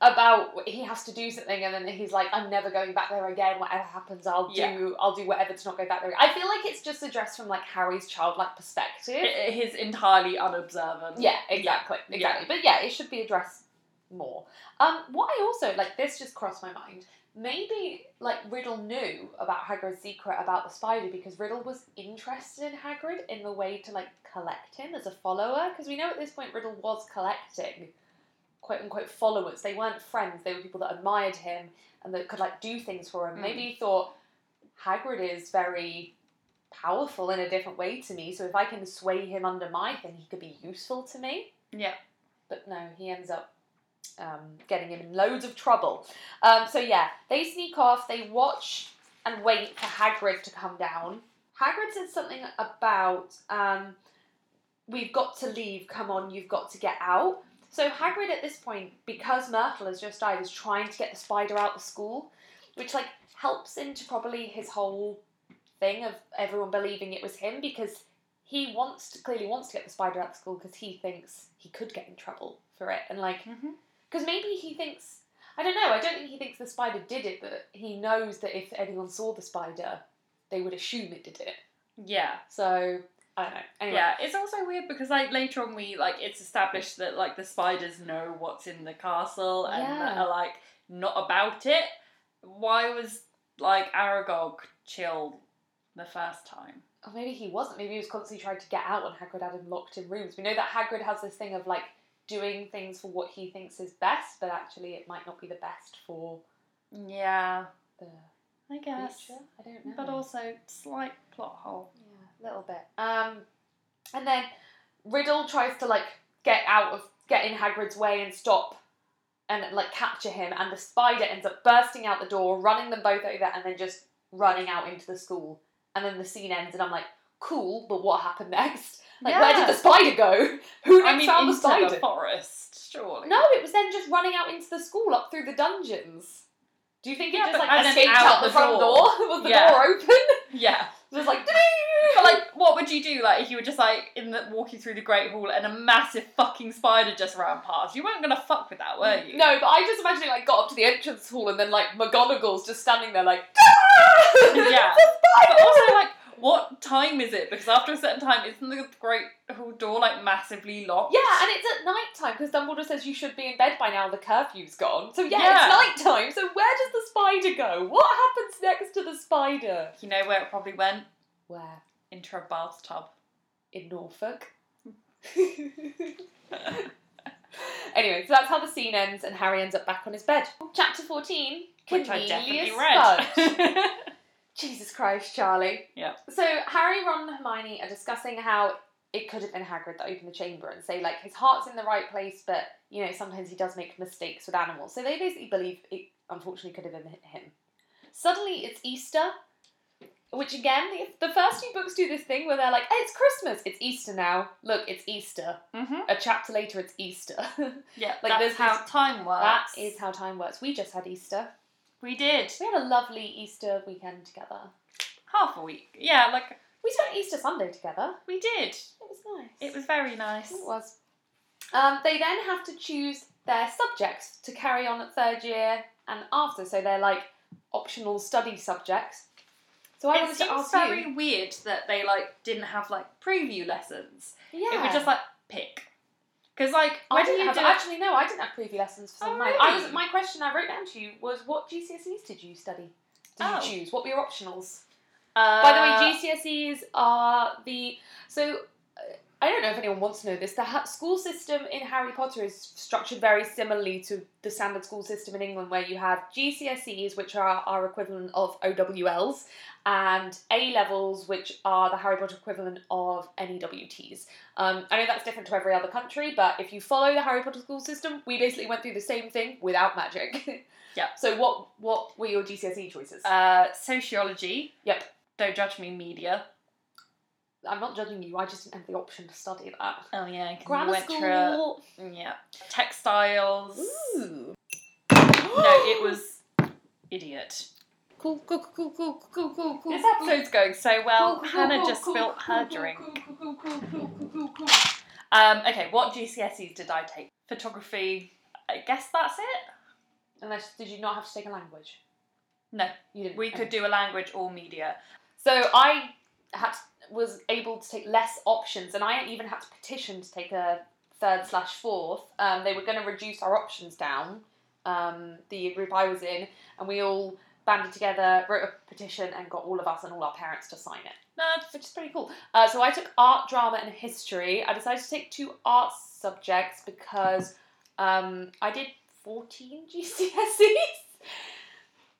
S2: about he has to do something, and then he's like, "I'm never going back there again. Whatever happens, I'll
S1: Yeah.
S2: do. I'll do whatever to not go back there." I feel like it's just addressed from like Harry's childlike perspective.
S1: I- I- He's entirely unobservant.
S2: Yeah, exactly,
S1: Yeah.
S2: exactly. But yeah, it should be addressed more. Um, what I also like this just crossed my mind. Maybe like Riddle knew about Hagrid's secret about the spider because Riddle was interested in Hagrid in the way to like collect him as a follower because we know at this point Riddle was collecting quote unquote followers. They weren't friends. They were people that admired him and that could like do things for him.
S1: Mm.
S2: Maybe he thought Hagrid is very powerful in a different way to me. So if I can sway him under my thing, he could be useful to me.
S1: Yeah.
S2: But no, he ends up um, getting him in loads of trouble. Um, so yeah, they sneak off. They watch and wait for Hagrid to come down. Hagrid said something about um, we've got to leave. Come on, you've got to get out. So Hagrid at this point, because Myrtle has just died, is trying to get the spider out of school, which like helps into probably his whole thing of everyone believing it was him because he wants to clearly wants to get the spider out of school because he thinks he could get in trouble for it and like
S1: hmm
S2: because maybe he thinks I don't know I don't think he thinks the spider did it but he knows that if anyone saw the spider they would assume it did it
S1: Yeah.
S2: so I don't know anyway
S1: Yeah, it's also weird because like later on we like it's established that like the spiders know what's in the castle and
S2: Yeah.
S1: are like not about it. Why was like Aragog chill the first time?
S2: or Oh, maybe he wasn't maybe he was constantly trying to get out when Hagrid had him locked in rooms we know that Hagrid has this thing of like doing things for what he thinks is best but actually it might not be the best for
S1: Yeah,
S2: the
S1: I guess.
S2: creature I don't know
S1: But also slight plot hole.
S2: Yeah, a little bit. Um, and then Riddle tries to like get out of get in Hagrid's way and stop and like capture him, and the spider ends up bursting out the door, running them both over, and then just running out into the school. And then the scene ends, and I'm like, cool, but what happened next? Like, where did the spider go? Who next
S1: I mean,
S2: found the
S1: into
S2: spider?
S1: the forest, surely.
S2: no, it was then just running out into the school, up through the dungeons. Do you think
S1: Yeah,
S2: it
S1: but-
S2: just
S1: and
S2: like
S1: then
S2: escaped
S1: out
S2: out,
S1: the
S2: the, front door? Was the
S1: Yeah.
S2: door open?
S1: Yeah.
S2: It was like,
S1: But like, what would you do? Like, if you were just like in the walking through the Great Hall and a massive fucking spider just ran past, you weren't gonna fuck with that, were you?
S2: No, but I just imagine it like got up to the entrance hall and then like McGonagall's just standing there like
S1: Yeah. But also, like, what time is it? Because after a certain time, isn't the Great Hall door like massively locked?
S2: Yeah, and it's at night time because Dumbledore says you should be in bed by now, the curfew's gone. So yeah,
S1: Yeah.
S2: it's night time. So where does the spider go? What happens next to the spider?
S1: You know where it probably went?
S2: Where?
S1: Into a bathtub.
S2: In Norfolk. anyway, so that's how the scene ends and Harry ends up back on his bed. Chapter 14,
S1: Which I
S2: Cornelius
S1: definitely
S2: Fudge.
S1: read.
S2: Jesus Christ, Charlie.
S1: Yep.
S2: So Harry, Ron, and Hermione are discussing how it could have been Hagrid that opened the chamber and say like his heart's in the right place, but you know sometimes he does make mistakes with animals. So they basically believe it unfortunately could have been him. Suddenly it's Easter, which again the, the first few books do this thing where they're like, "Hey, it's Christmas, it's Easter now. Look, it's Easter."
S1: hmm
S2: A chapter later, it's Easter.
S1: Yeah,
S2: Mm-hmm.
S1: like
S2: Like,
S1: that's
S2: there's
S1: how
S2: this-
S1: time works.
S2: that is how time works. We just had Easter.
S1: we did
S2: We had a lovely Easter weekend together.
S1: half a week. Yeah, like
S2: We spent Easter Sunday together.
S1: we did.
S2: It was nice.
S1: It was very nice.
S2: It was. Um, they then have to choose their subjects to carry on at third year and after. So they're like, optional study subjects. So I
S1: it
S2: wanted to
S1: seems
S2: ask
S1: very
S2: you.
S1: weird that they like didn't have like preview lessons.
S2: Yeah.
S1: It would just like pick. Because like,
S2: I
S1: why do
S2: didn't
S1: you
S2: have,
S1: do it?
S2: actually no, I didn't have preview lessons for some
S1: Oh,
S2: of mine. I was
S1: really?
S2: my question I wrote down to you was what GCSEs did you study? Did
S1: Oh.
S2: you choose? What were your optionals?
S1: Uh,
S2: By the way, GCSEs are the so. uh, I don't know if anyone wants to know this. The ha- school system in Harry Potter is structured very similarly to the standard school system in England, where you have GCSEs, which are our equivalent of OWLs, and A levels, which are the Harry Potter equivalent of NEWTs. Um, I know that's different to every other country, but if you follow the Harry Potter school system, we basically went through the same thing without magic.
S1: Yep.
S2: So what what were your GCSE E choices?
S1: uh, sociology.
S2: Yep.
S1: Don't judge me, media.
S2: I'm not judging you. I just didn't have the option to study that.
S1: Oh yeah, 'cause you
S2: Grammar
S1: went through a-
S2: school.
S1: Mm, Yeah. Textiles.
S2: Ooh.
S1: No, it was idiot.
S2: cool, cool, cool, cool, cool, cool, cool.
S1: This episode's going so well. Hannah just spilt
S2: built
S1: her drink. Um, okay, what GCSEs did I take? Photography. I guess that's it.
S2: Unless did you not have to take a language?
S1: No,
S2: You didn't.
S1: we
S2: okay.
S1: could do a language or media.
S2: So I had to- was able to take less options, and I even had to petition to take a third slash fourth. Um, they were going to reduce our options down. Um, the group I was in, and we all banded together, wrote a petition, and got all of us and all our parents to sign it.
S1: Nerds.
S2: which is pretty cool. Uh, so I took art, drama, and history. I decided to take two art subjects because um, I did 14 GCSEs.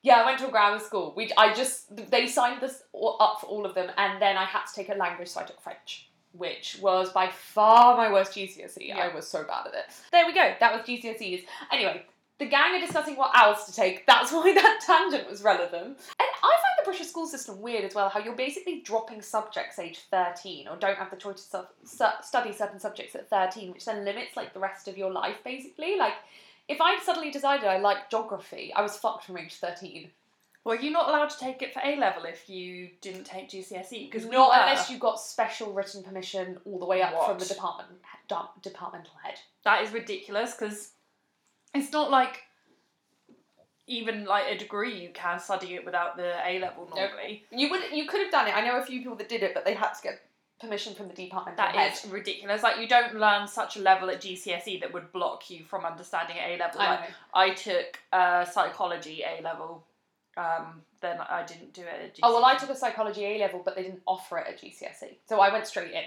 S2: yeah, I went to a grammar school. We, I just they signed this all up for all of them, and then I had to take a language, so I took French. Which was by far my worst GCSE.
S1: Yeah.
S2: E. I was so bad at it. There we go. That was GCSEs. Anyway, the gang are discussing what else to take. That's why that tangent was relevant. And I find the British school system weird as well, how you're basically dropping subjects age 13 or don't have the choice to sub- su- study certain subjects at 13, which then limits like the rest of your life basically. Like, if I suddenly decided I liked geography, I was fucked from age 13.
S1: Were you not allowed to take it for A level if you didn't take GCSE? Because
S2: Not unless you got special written permission all the way up from
S1: What?
S2: the department da- departmental head.
S1: that is ridiculous because it's not like even like a degree you can study it without the A level
S2: Nope.
S1: normally.
S2: You would you could have done it. I know a few people that did it, but they had to get permission from the departmental
S1: That
S2: head.
S1: is ridiculous. Like you don't learn such a level at GCSE E that would block you from understanding A level.
S2: I
S1: Like
S2: know.
S1: I took uh, psychology A level. Um, then I didn't do it at GCSE.
S2: Oh well, I took a psychology A level, but they didn't offer it at GCSE, E. so I went straight in.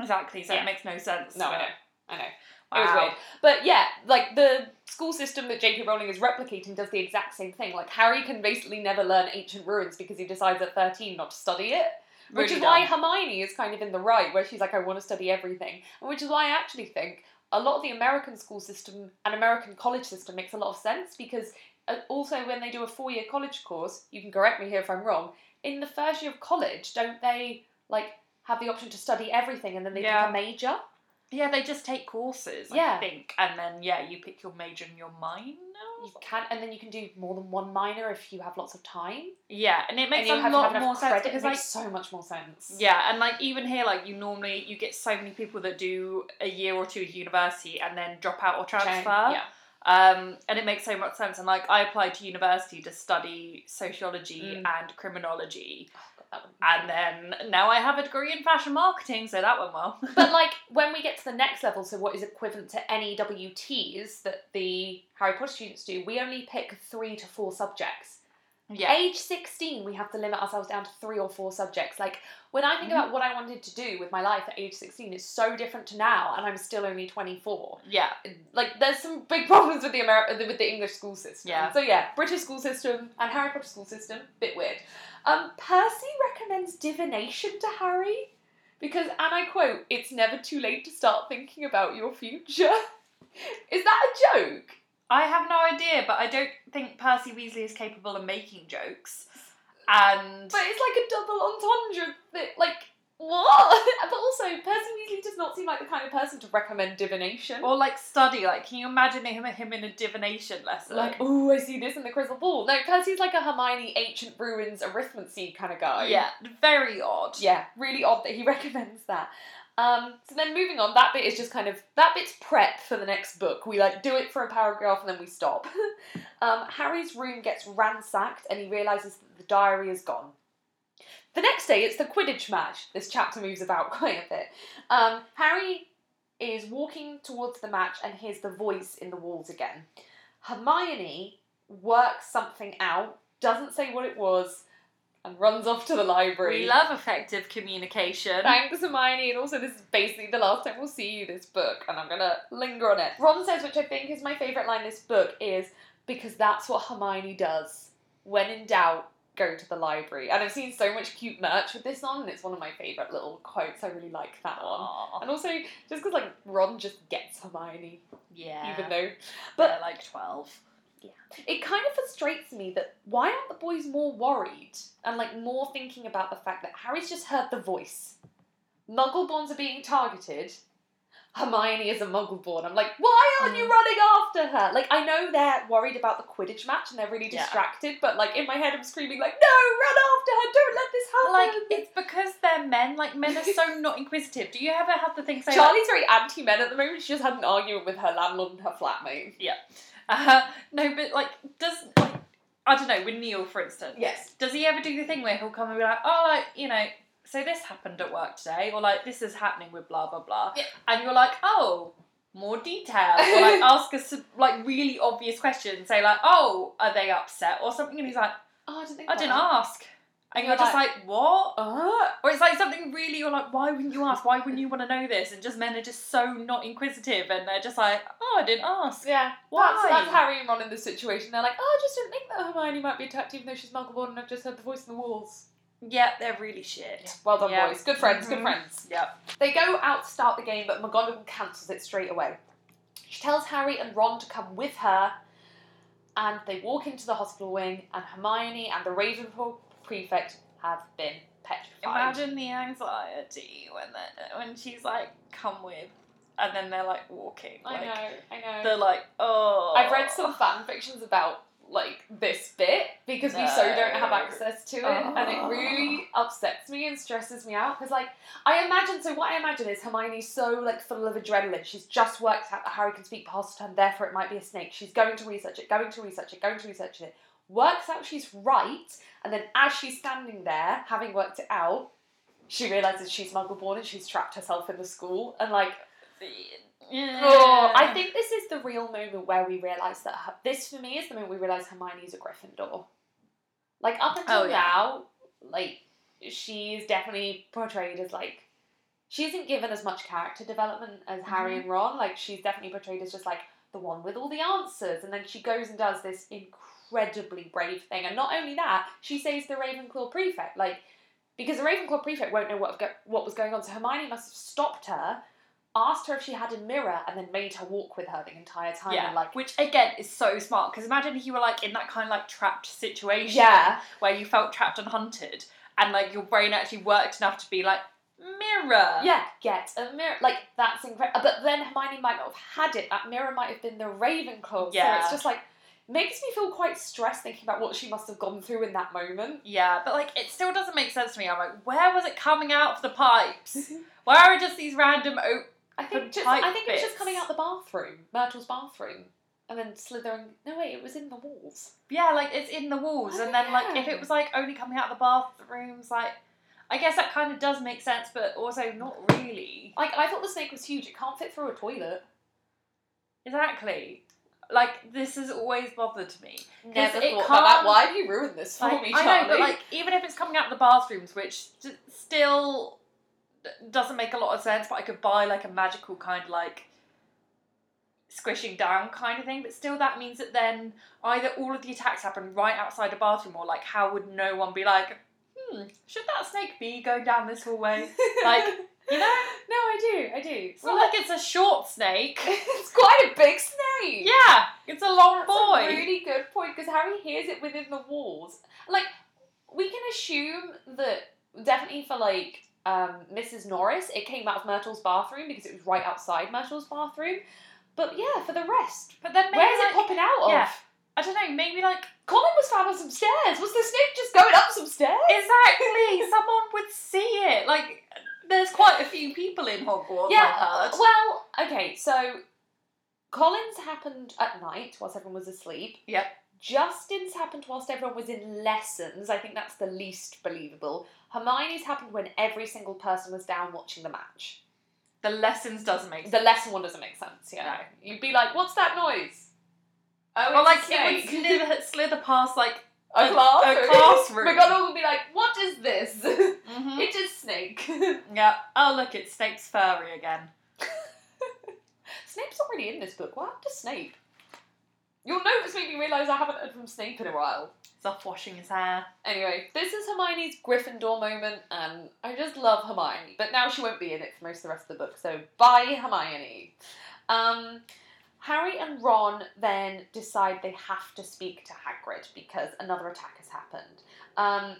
S1: exactly. So
S2: Yeah.
S1: it makes no sense.
S2: No, I
S1: but-
S2: know. I know.
S1: Wow.
S2: It was weird. But yeah, like the school system that J.K. Rowling is replicating does the exact same thing. Like Harry can basically never learn ancient ruins because he decides at 13 not to study it. Which
S1: Really
S2: is why
S1: dumb.
S2: Hermione is kind of in the right, where she's like, I want to study everything. And which is why I actually think a lot of the American school system and American college system makes a lot of sense because uh, also when they do a four year college course, you can correct me here if I'm wrong, in the first year of college, don't they like have the option to study everything and then they
S1: Yeah.
S2: pick a major?
S1: Yeah, they just take courses.
S2: Yeah.
S1: I think, and then yeah, you pick your major and your minor.
S2: You can, and then you can do more than one minor if you have lots of time.
S1: Yeah, and it makes
S2: and you
S1: a
S2: have
S1: lot
S2: to have
S1: more
S2: enough
S1: sense
S2: credit. It
S1: because
S2: makes
S1: like
S2: so much more sense.
S1: yeah, and like even here, like you normally you get so many people that do a year or two at university and then drop out or transfer.
S2: Change- Yeah.
S1: Um, and it makes so much sense. And like I applied to university to study sociology
S2: Mm.
S1: and criminology,
S2: That would-
S1: and then now I have a degree in fashion marketing, so that went well.
S2: but like when we get to the next level, so what is equivalent to NEWTs that the Harry Potter students do, we only pick three to four subjects.
S1: yeah,
S2: Age 16, we have to limit ourselves down to three or four subjects. Like when I think about what I wanted to do with my life at age 16, it's so different to now, and I'm still only 24.
S1: yeah.
S2: like there's some big problems with the Ameri- with the English school system.
S1: Yeah.
S2: So yeah, British school system and Harry Potter school system, bit weird. Um, Percy recommends divination to Harry because, and I quote, "It's never too late to start thinking about your future." Is that a joke?
S1: I have no idea, but I don't think Percy Weasley is capable of making jokes. And
S2: But it's like a double entendre. That, like what? but also, Percy Weasley does not seem like the kind of person to recommend divination.
S1: or like study, like can you imagine him him in a divination lesson?
S2: like, oh, I see this in the crystal ball. No, Percy's like a Hermione ancient ruins arithmancy kind of guy.
S1: yeah, very odd.
S2: Yeah, really odd that he recommends that. Um, so then moving on, that bit is just kind of that bit's prep for the next book. We like do it for a paragraph and then we stop. um, Harry's room gets ransacked and he realizes that the diary is gone. The next day, it's the Quidditch match. This chapter moves about quite a bit. Um, Harry is walking towards the match and hears the voice in the walls again. Hermione works something out, doesn't say what it was, and runs off to the library.
S1: We love effective communication.
S2: Thanks, Hermione. And also, this is basically the last time we'll see you this book, and I'm gonna linger on it. Ron says, which I think is my favourite line in this book, is because that's what Hermione does. When in doubt, go to the library. And I've seen so much cute merch with this on, and it's one of my favourite little quotes. I really like that one.
S1: Aw,
S2: And also, just because like Ron just gets Hermione,
S1: yeah.
S2: even though
S1: but they're like twelve.
S2: it kind of frustrates me that why aren't the boys more worried and like more thinking about the fact that Harry's just heard the voice. Muggleborns are being targeted. Hermione is a Muggleborn. I'm like, why aren't
S1: Mm.
S2: you running after her? Like, I know they're worried about the Quidditch match and they're really
S1: Yeah.
S2: distracted, but like in my head, I'm screaming like, no, run after her! Don't let this happen.
S1: Like it's because they're men. Like men are so not inquisitive. Do you ever have the thing say? like,
S2: Charlie's very anti-men at the moment. She just had an argument with her landlord and her flatmate.
S1: Uh, no, but like, does like, I don't know with Neil, for instance.
S2: Yes.
S1: Does he ever do the thing where he'll come and be like, oh, like you know, so this happened at work today, or like this is happening with blah blah blah,
S2: Yeah.
S1: and you're like, oh, more detail, or like ask us like really obvious questions, say like, oh, are they upset or something, and he's like,
S2: Oh, I didn't think
S1: I
S2: about
S1: didn't
S2: that.
S1: ask. And
S2: You're
S1: you're just like, what?
S2: Uh,
S1: Or it's like something really, you're like, why wouldn't you ask? Why wouldn't you want to know this? And just men are just so not inquisitive and they're just like, oh, I didn't ask.
S2: Yeah.
S1: Why?
S2: That's, that's Harry and Ron in this situation. They're like, oh, I just didn't think that Hermione might be attacked even though she's Muggleborn and I've just heard the voice in the walls.
S1: Yeah, they're really shit.
S2: Well done,
S1: Yeah.
S2: boys. Good friends, good
S1: Mhm.
S2: friends.
S1: Yep.
S2: They go out to start the game, but McGonagall cancels it straight away. She tells Harry and Ron to come with her, and they walk into the hospital wing, and Hermione and the Ravenclaw prefect have been petrified.
S1: Imagine the anxiety when the, when she's like, come with, and then they're like walking. Like,
S2: I know, I know.
S1: They're like, oh.
S2: I've read some fan fictions about like this bit because we so
S1: No.
S2: don't have access to it, and it
S1: Oh.
S2: really upsets me and stresses me out because like I imagine. So what I imagine is Hermione's so like full of adrenaline. She's just worked out that Harry can speak past time, therefore it might be a snake. She's going to research it, going to research it, going to research it. Works out she's right, and then as she's standing there, having worked it out, she realizes she's Muggleborn and she's trapped herself in the school. And like
S1: Yeah.
S2: Oh, I think this is the real moment where we realise that her, this for me is the moment we realise Hermione's a Gryffindor. Like up until
S1: Oh, yeah.
S2: now, like she's definitely portrayed as like she isn't given as much character development as
S1: Mm-hmm.
S2: Harry and Ron. Like she's definitely portrayed as just like the one with all the answers, and then she goes and does this incredibly brave thing. And not only that, she saves the Ravenclaw prefect. Like because the Ravenclaw prefect won't know what go- what was going on, so Hermione must have stopped her, asked her if she had a mirror, and then made her walk with her the entire time.
S1: Yeah,
S2: And like,
S1: which again is so smart because imagine if you were like in that kind of like trapped situation.
S2: yeah,
S1: where you felt trapped and hunted, and like your brain actually worked enough to be like mirror.
S2: yeah, get a mirror. Like that's incredible. But then Hermione might not have had it. That mirror might have been the Ravenclaw. So
S1: Yeah.
S2: it's just like makes me feel quite stressed thinking about what she must have gone through in that moment.
S1: Yeah, but like it still doesn't make sense to me. I'm like, where was it coming out of the pipes?
S2: Mm-hmm.
S1: Why are just these random oak?
S2: I think
S1: The
S2: just
S1: pipe
S2: I think it was just
S1: bits.
S2: coming out the bathroom, Myrtle's bathroom, and then slithering. No wait, it was in the walls.
S1: Yeah, like it's in the walls,
S2: Oh,
S1: and then like if it was like only coming out of the bathrooms, like I guess that kind of does make sense, but also not really.
S2: Like I thought the snake was huge. It can't fit through a toilet.
S1: Exactly. Like this has always bothered me.
S2: Never
S1: it
S2: thought about that.
S1: can't-
S2: Why have you ruined this for
S1: Like,
S2: me, Charlie?
S1: I know, but like even if it's coming out of the bathrooms, which d- still d- doesn't make a lot of sense, but I could buy like a magical kind of like squishing down kind of thing. But still, that means that then either all of the attacks happen right outside a bathroom, or like how would no one be like, hmm, should that snake be going down this hallway? like, you know,
S2: no, I do, I do. It's,
S1: it's not like it's a short snake.
S2: it's quite a big snake.
S1: Yeah, it's a long
S2: That's
S1: boy.
S2: a really good point because Harry hears it within the walls. Like, we can assume that definitely for like um, Mrs. Norris, it came out of Myrtle's bathroom because it was right outside Myrtle's bathroom. But yeah, for the rest,
S1: but then maybe
S2: where's
S1: like,
S2: it popping out of?
S1: yeah. I don't know. Maybe like
S2: Colin was found on some stairs. Was the snake just going up some stairs?
S1: Exactly. Someone would see it. Like There's quite a few people in Hogwarts,
S2: Yeah,
S1: I've heard.
S2: Well, okay, so Collins happened at night whilst everyone was asleep.
S1: Yep.
S2: Justin's happened whilst everyone was in lessons. I think that's the least believable. Hermione's happened when every single person was down watching the match.
S1: the lessons doesn't make sense.
S2: The lesson one doesn't make sense, you know.
S1: No.
S2: You'd be like, what's that noise? Oh,
S1: Or like
S2: it's a
S1: it would
S2: snake."
S1: slither, slither past like
S2: a,
S1: a-
S2: class.
S1: a classroom.
S2: McGonagall would be like, what is this?
S1: hmm
S2: it is snake.
S1: yeah. Oh look, it's Snape's furry again.
S2: Snape's already in this book. What happened to Snape? Your notes made me realise I haven't heard from Snape in a while.
S1: He's off washing his hair.
S2: Anyway, this is Hermione's Gryffindor moment, and I just love Hermione. But now she won't be in it for most of the rest of the book, so bye, Hermione. Um, Harry and Ron then decide they have to speak to Hagrid because another attack has happened. Um,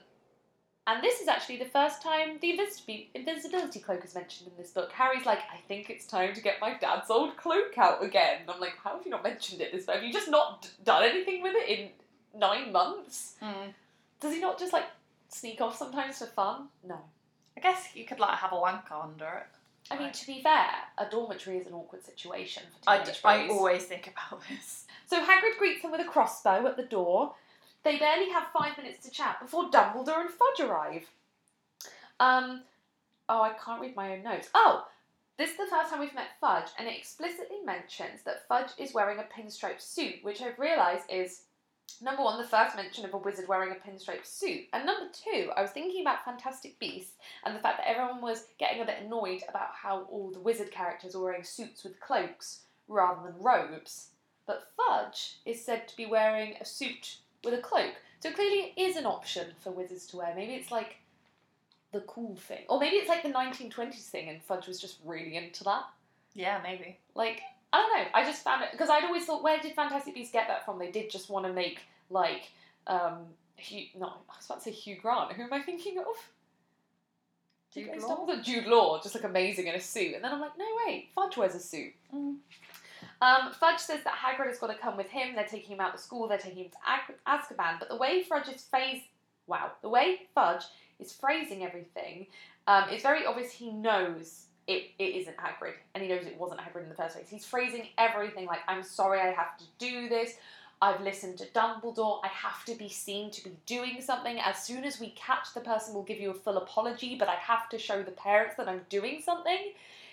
S2: and this is actually the first time the invis- invisibility cloak is mentioned in this book. Harry's like, I think it's time to get my dad's old cloak out again. And I'm like, how have you not mentioned it this way? Have you just not d- done anything with it in nine months?
S1: Hmm.
S2: Does he not just like sneak off sometimes for fun? No.
S1: I guess you could like have a wanker under it.
S2: I mean,
S1: Right.
S2: to be fair, a dormitory is an awkward situation for
S1: I, d-
S2: teenage
S1: I
S2: boys.
S1: always think about this.
S2: So Hagrid greets them with a crossbow at the door. They barely have five minutes to chat before Dumbledore and Fudge arrive. Um, oh, I can't read my own notes. Oh, this is the first time we've met Fudge, and it explicitly mentions that Fudge is wearing a pinstripe suit, which I've realised is number one, the first mention of a wizard wearing a pinstripe suit, and number two, I was thinking about Fantastic Beasts and the fact that everyone was getting a bit annoyed about how all the wizard characters were wearing suits with cloaks rather than robes. But Fudge is said to be wearing a suit with a cloak. So clearly it is an option for wizards to wear. Maybe it's like the cool thing. Or maybe it's like the 1920s thing and Fudge was just really into that.
S1: Yeah, maybe.
S2: Like, I don't know. I just found it because I'd always thought, where did Fantastic Beasts get that from? They did just want to make like, um, Hugh, no, I was about to say Hugh Grant. Who am I thinking of? Do you
S1: Jude
S2: guys
S1: Law?
S2: double the Jude Law, just like amazing in a suit. And then I'm like, no wait, Fudge wears a suit.
S1: Mm.
S2: Um, Fudge says that Hagrid has got to come with him. They're taking him out of school. They're taking him to Ag- Azkaban. But the way Fudge is phrase, wow, the way Fudge is phrasing everything, um, it's very obvious he knows it, it isn't Hagrid, and he knows it wasn't Hagrid in the first place. He's phrasing everything like, "I'm sorry, I have to do this. I've listened to Dumbledore. I have to be seen to be doing something. As soon as we catch the person, we'll give you a full apology. But I have to show the parents that I'm doing something."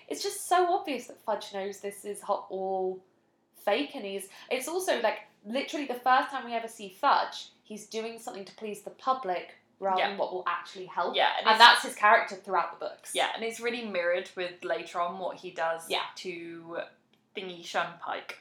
S2: It's just so obvious that Fudge knows this is ho- all fake, and he's. It's also like literally the first time we ever see Fudge, he's doing something to please the public rather
S1: Yeah.
S2: than what will actually help
S1: Yeah,
S2: and that's his character throughout the books.
S1: yeah, and it's really mirrored with later on what he does
S2: Yeah.
S1: to Thingy Shunpike.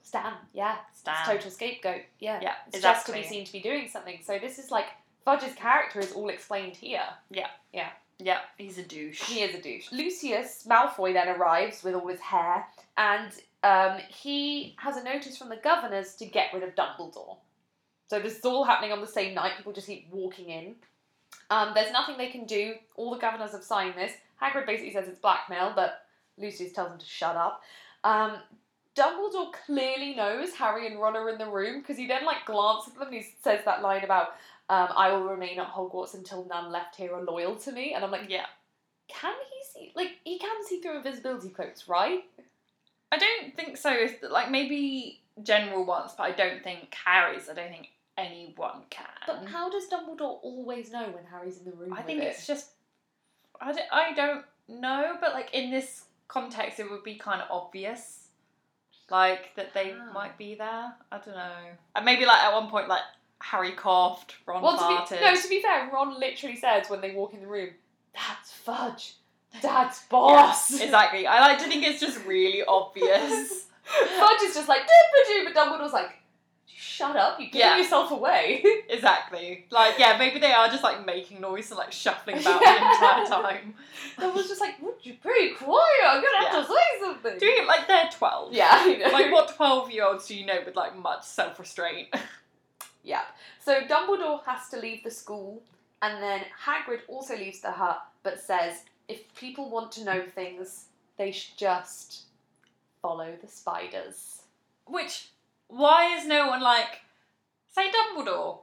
S2: Stan. Yeah,
S1: Stan.
S2: it's total scapegoat. Yeah,
S1: Yeah,
S2: it's just to
S1: exactly.
S2: be seen to be doing something. So this is like Fudge's character is all explained here.
S1: Yeah, he's a douche.
S2: He is a douche. Lucius Malfoy then arrives with all his hair, and um, he has a notice from the governors to get rid of Dumbledore. So this is all happening on the same night. People just keep walking in. Um, there's nothing they can do. All the governors have signed this. Hagrid basically says it's blackmail, but Lucius tells him to shut up. Um, Dumbledore clearly knows Harry and Ron are in the room because he then like glances at them and he says that line about um, "I will remain at Hogwarts until none left here are loyal to me," and I'm like,
S1: Yeah.
S2: can he see like he can see through invisibility cloaks, right?
S1: I don't think so. If, like maybe general ones, but I don't think Harry's. I don't think anyone can.
S2: But how does Dumbledore always know when Harry's in the room?
S1: I
S2: with
S1: think
S2: it?
S1: it's just I don't, I don't know, but like in this context, it would be kind of obvious, like that they
S2: Ah.
S1: might be there. I don't know, and maybe like at one point, like Harry coughed, Ron
S2: well, to
S1: farted.
S2: be, no. To be fair, Ron literally says when they walk in the room, "That's fudge. That's boss."
S1: exactly. I like to think it's just really obvious.
S2: Fudge is just like, "Doo-ba-doo," but Dumbledore's like, "Shut up! You're giving
S1: Yeah.
S2: yourself away."
S1: exactly. Like yeah, maybe they are just like making noise and like shuffling about
S2: Yeah.
S1: the entire time,
S2: Dumbledore's just like, "Would you be quiet? I'm gonna have to say something."
S1: doing it like they're twelve.
S2: yeah, I know.
S1: Like what twelve year olds do you know with like much self restraint?
S2: Yep. So Dumbledore has to leave the school, and then Hagrid also leaves the hut, but says if people want to know things, they should just follow the spiders.
S1: Which why is no one like say Dumbledore?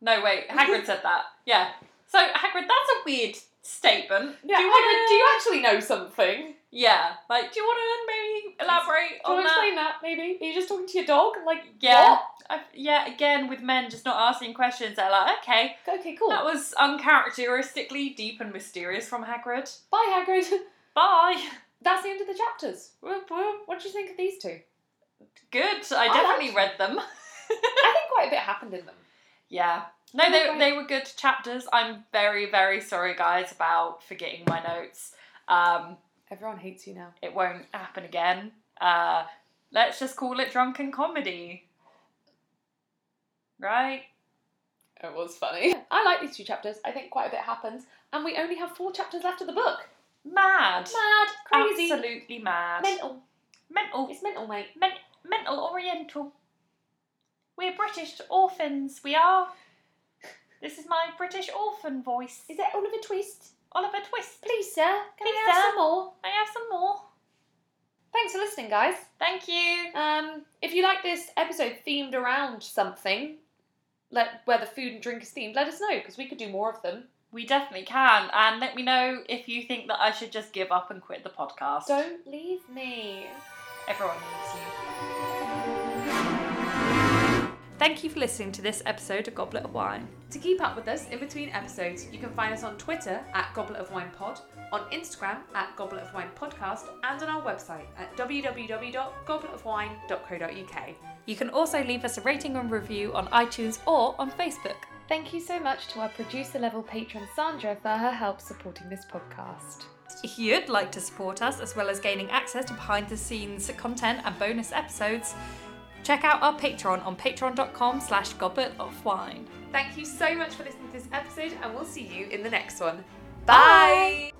S1: No wait, Hagrid said that. Yeah. So Hagrid, that's a weird statement.
S2: Yeah,
S1: do you
S2: Hannah,
S1: want
S2: do you actually know something?
S1: to? Yeah, like do you want to maybe elaborate
S2: Do
S1: on
S2: you want to
S1: that?
S2: explain that, maybe? Are you just talking to your dog? Like,
S1: Yeah, I, yeah. Again, with men just not asking questions, they're like, okay,
S2: what? Okay, cool.
S1: that was uncharacteristically deep and mysterious from Hagrid.
S2: Bye, Hagrid.
S1: Bye.
S2: That's the end of the chapters. Whoop, whoop. What do you think of these two?
S1: Good. I
S2: I
S1: definitely
S2: like-
S1: read them.
S2: I think quite a bit happened in them.
S1: Yeah. No,
S2: Okay.
S1: they, they were good chapters. I'm very, very sorry, guys, about forgetting my notes. Um,
S2: Everyone hates you now.
S1: it won't happen again. Uh, let's just call it drunken comedy. Right?
S2: It was funny. I like these two chapters. I think quite a bit happens. And we only have four chapters left of the book.
S1: Mad.
S2: Mad. Crazy.
S1: Absolutely mad.
S2: Mental.
S1: mental.
S2: It's mental, mate.
S1: Men- mental oriental. We're British orphans, we are. This is my British orphan voice.
S2: Is that Oliver Twist?
S1: Oliver Twist.
S2: Please, sir. Can
S1: Please,
S2: we have
S1: sir.
S2: some more?
S1: I have some more.
S2: Thanks for listening, guys.
S1: Thank you.
S2: Um, if you like this episode themed around something, let where the food and drink is themed, let us know because we could do more of them.
S1: We definitely can. And let me know if you think that I should just give up and quit the podcast.
S2: Don't leave me.
S1: Everyone needs you. Thank you for listening to this episode of Goblet of Wine.
S2: To keep up with us in between episodes, you can find us on Twitter at Goblet of Wine Pod, on Instagram at Goblet of Wine Podcast, and on our website at www.gobletofwine.co.uk.
S1: You can also leave us a rating and review on iTunes or on Facebook.
S2: Thank you so much to our producer level patron Sandra for her help supporting this podcast.
S1: If you'd like to support us, as well as gaining access to behind the scenes content and bonus episodes, check out our Patreon on patreon.com slash goblet of wine.
S2: Thank you so much for listening to this episode, and we'll see you in the next one. Bye.